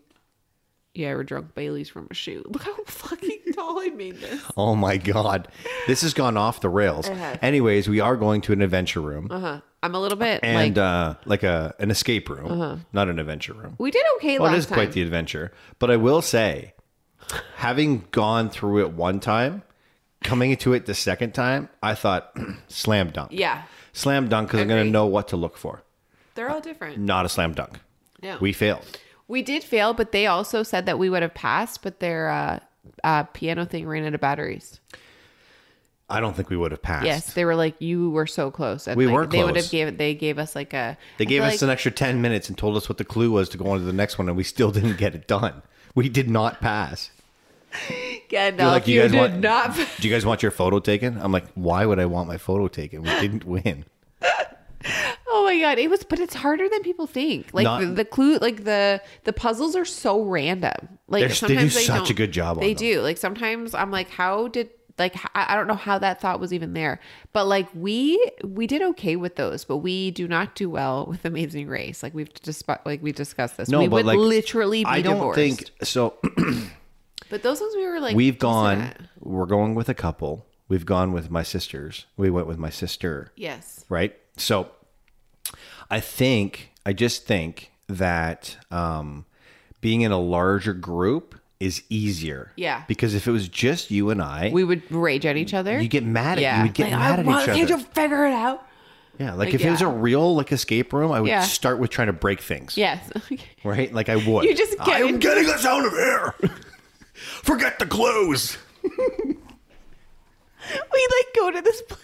Speaker 6: You ever drunk Bailey's from a shoe? Look how fucking tall I made this.
Speaker 4: Oh my god, this has gone off the rails. Anyways, we are going to an adventure room
Speaker 6: Uh-huh. I'm a little bit
Speaker 4: and
Speaker 6: like Uh-huh.
Speaker 4: uh, like a an escape room, not an adventure room.
Speaker 6: we did okay
Speaker 4: Well,
Speaker 6: last
Speaker 4: it is
Speaker 6: time.
Speaker 4: quite the adventure. But I will say, having gone through it one time, coming into it the second time, I thought slam dunk.
Speaker 6: yeah,
Speaker 4: Slam dunk because I'm going to
Speaker 6: Agree.
Speaker 4: know what to look for.
Speaker 6: they're all different.
Speaker 4: Not a slam dunk.
Speaker 6: No,
Speaker 4: We
Speaker 6: we
Speaker 4: failed.
Speaker 6: we did fail, but they also said that we would have passed, but their uh, uh, piano thing ran out of batteries.
Speaker 4: I don't think we would have passed.
Speaker 6: Yes, they were like, "You were so close." And
Speaker 4: We
Speaker 6: like,
Speaker 4: were
Speaker 6: They would
Speaker 4: close.
Speaker 6: have gave they gave us like a.
Speaker 4: They
Speaker 6: I
Speaker 4: gave
Speaker 6: feel
Speaker 4: us
Speaker 6: like-
Speaker 4: an extra 10 minutes and told us what the clue was to go on to the next one, and we still didn't get it done. We did not pass.
Speaker 6: Gandalf,
Speaker 4: They're
Speaker 6: you, did not.
Speaker 4: Do you guys want your photo taken? I'm like, why would I want my photo taken? We didn't win.
Speaker 6: Oh my god, it was, but it's harder than people think. Like
Speaker 4: Not-
Speaker 6: the, the clue, like the the puzzles are so random. Like
Speaker 4: They're- they do
Speaker 6: sometimes
Speaker 4: such
Speaker 6: don't-
Speaker 4: a good job on
Speaker 6: They
Speaker 4: them.
Speaker 6: do. Like sometimes I'm like, how did like h- I I don't know how that thought was even there. But like we we did okay with those, but we do not do well with Amazing Race. Like we've disp- like we discussed this.
Speaker 4: No,
Speaker 6: we
Speaker 4: but
Speaker 6: would
Speaker 4: like,
Speaker 6: literally be
Speaker 4: I don't
Speaker 6: divorced.
Speaker 4: think so.
Speaker 6: but those ones we were like
Speaker 4: We've
Speaker 6: decent
Speaker 4: gone,
Speaker 6: at.
Speaker 4: we're going with a couple. We've gone with my sisters. We went with my sister.
Speaker 6: Yes.
Speaker 4: right? So I think I just think that um, being in a larger group is easier.
Speaker 6: Yeah.
Speaker 4: Because if it was just you and I,
Speaker 6: We would rage at each other.
Speaker 4: you get mad at
Speaker 6: Yeah.
Speaker 4: you would get
Speaker 6: Like,
Speaker 4: mad
Speaker 6: I
Speaker 4: at
Speaker 6: want-
Speaker 4: each other.
Speaker 6: Can't you figure it out?
Speaker 4: yeah. Like,
Speaker 6: like,
Speaker 4: if it was a
Speaker 6: yeah.
Speaker 4: real like escape room, I would
Speaker 6: Yeah.
Speaker 4: start with trying to break things.
Speaker 6: Yes.
Speaker 4: Right. Like I would.
Speaker 6: You just get
Speaker 4: I'm
Speaker 6: into-
Speaker 4: getting us out of here. Forget the clues.
Speaker 6: we like go to this place.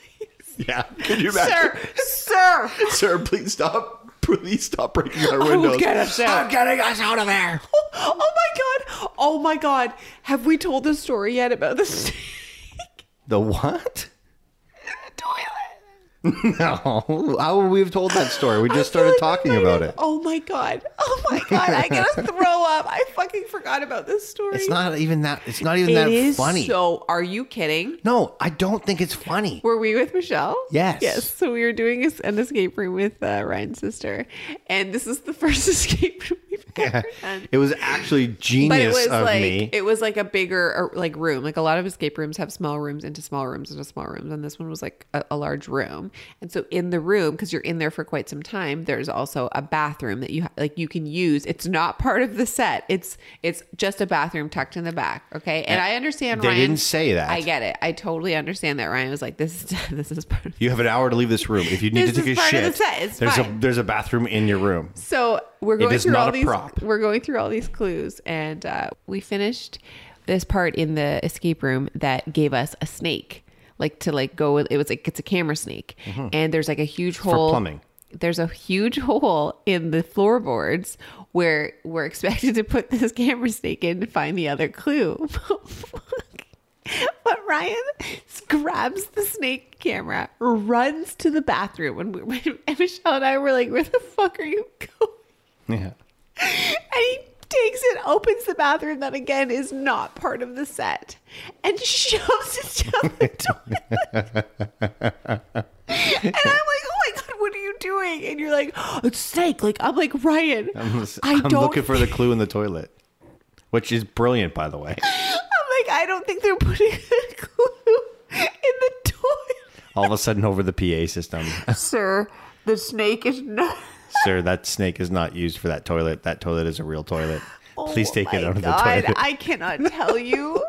Speaker 4: Yeah. Can you
Speaker 6: Sir, sir.
Speaker 4: Sir, please stop. Please stop breaking our
Speaker 6: will
Speaker 4: windows.
Speaker 6: get us out.
Speaker 4: I'm getting us out of there.
Speaker 6: Oh my god. Oh my god. Have we told the story yet about the snake?
Speaker 4: The what? No. How would we have Oh, told that story? We just
Speaker 6: I
Speaker 4: started
Speaker 6: feel like we
Speaker 4: talking
Speaker 6: might
Speaker 4: about
Speaker 6: have-
Speaker 4: it.
Speaker 6: Oh my god. Oh my god. I gotta throw up. I fucking forgot about this story.
Speaker 4: It's not even that. It's not even
Speaker 6: It
Speaker 4: that
Speaker 6: is
Speaker 4: funny.
Speaker 6: So are you kidding?
Speaker 4: no, I don't think it's funny.
Speaker 6: Were we with Michelle?
Speaker 4: Yes.
Speaker 6: Yes. So we were doing a- an escape room with uh, Ryan's sister, and this is the first escape room we've ever done.
Speaker 4: It was actually
Speaker 6: But it
Speaker 4: genius
Speaker 6: was
Speaker 4: of
Speaker 6: like
Speaker 4: me.
Speaker 6: it was like a bigger or, like room. Like a lot of escape rooms have small rooms into small rooms into small rooms, and this one was like a, a large room. And so in the room, because you're in there for quite some time, there's also a bathroom that you ha- like you can use. It's not part of the set. It's it's just a bathroom tucked in the back. Okay, and I understand.
Speaker 4: they
Speaker 6: Ryan,
Speaker 4: didn't say that.
Speaker 6: I get it. I totally understand that. Ryan was like, "This is this is part of
Speaker 4: you have an hour to leave this room. If you need
Speaker 6: This
Speaker 4: to take
Speaker 6: is
Speaker 4: a
Speaker 6: part of the
Speaker 4: shit,
Speaker 6: set. It's
Speaker 4: there's a
Speaker 6: fine.
Speaker 4: there's a bathroom in your room.
Speaker 6: So we're going
Speaker 4: is
Speaker 6: through
Speaker 4: not
Speaker 6: all
Speaker 4: a
Speaker 6: these.
Speaker 4: prop.
Speaker 6: We're going through all these clues, and uh, we finished this part in the escape room that gave us a snake, like to like go. It was like it's a camera snake, and there's like a huge hole.
Speaker 4: plumbing.
Speaker 6: There's a huge hole in the floorboards where we're expected to put this camera snake in to find the other clue. But Ryan grabs the snake camera, runs to the bathroom, and, we, and Michelle and I were like, "Where the fuck are you going?"
Speaker 4: Yeah.
Speaker 6: and he takes it, opens the bathroom that again is not part of the set, and shoves it down the toilet. and I'm like, oh my god, what are you doing? And you're like, oh, it's snake. Like I'm like Ryan,
Speaker 4: I'm, just-
Speaker 6: I
Speaker 4: I'm
Speaker 6: do not
Speaker 4: looking for the clue in the toilet, which is brilliant, by the way.
Speaker 6: I'm like, I don't think they're putting the clue in the toilet,
Speaker 4: All of a sudden, over the PA system,
Speaker 6: sir. The snake is not.
Speaker 4: sir, that snake is not used for that toilet. That toilet is a real toilet. Please
Speaker 6: Oh
Speaker 4: take it
Speaker 6: my
Speaker 4: out of
Speaker 6: God,
Speaker 4: the toilet.
Speaker 6: I cannot tell you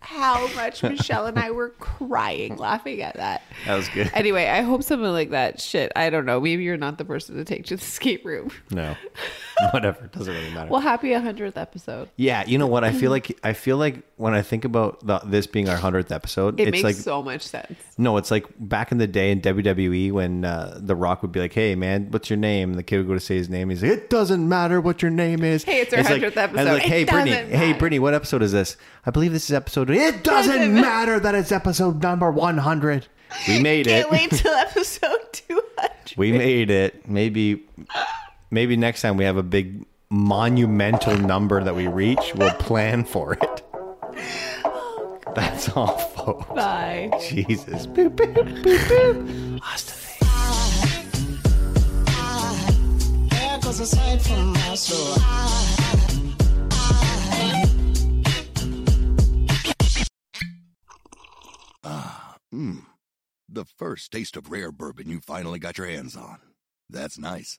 Speaker 6: how much Michelle and I were crying laughing at that.
Speaker 4: that was good.
Speaker 6: Anyway, I hope something like that. Shit, I don't know. Maybe you're not the person to take to the escape room.
Speaker 4: no, whatever. It doesn't really matter.
Speaker 6: Well, happy 100th episode.
Speaker 4: yeah, you know what? I feel
Speaker 6: Mm-hmm.
Speaker 4: like I feel like when I think about the, this being our hundredth episode,
Speaker 6: It
Speaker 4: it's
Speaker 6: makes
Speaker 4: like
Speaker 6: so much sense.
Speaker 4: No, it's like back in the day in WWE when uh, The Rock would be like, "Hey, man, what's your name?" And the kid would go to say his name. He's like, "It doesn't matter what your name is."
Speaker 6: Hey, it's our
Speaker 4: like-
Speaker 6: 100th
Speaker 4: And
Speaker 6: episode.
Speaker 4: like,
Speaker 6: It
Speaker 4: hey, Brittany,
Speaker 6: doesn't
Speaker 4: hey,
Speaker 6: matter."
Speaker 4: Brittany, what episode is this? I believe this is episode. It doesn't,
Speaker 6: Doesn't matter.
Speaker 4: matter that it's episode number one hundred. We made it.
Speaker 6: Can't wait till episode 200.
Speaker 4: We made it. Maybe, maybe next time we have a big monumental number that we reach, we'll plan for it. That's all, folks.
Speaker 6: Bye.
Speaker 4: Jesus. Boop, boop, boop, boop. Hasta then.
Speaker 10: Hair goes aside from my soul.
Speaker 8: Mmm. The first taste of rare bourbon you finally got your hands on. That's nice.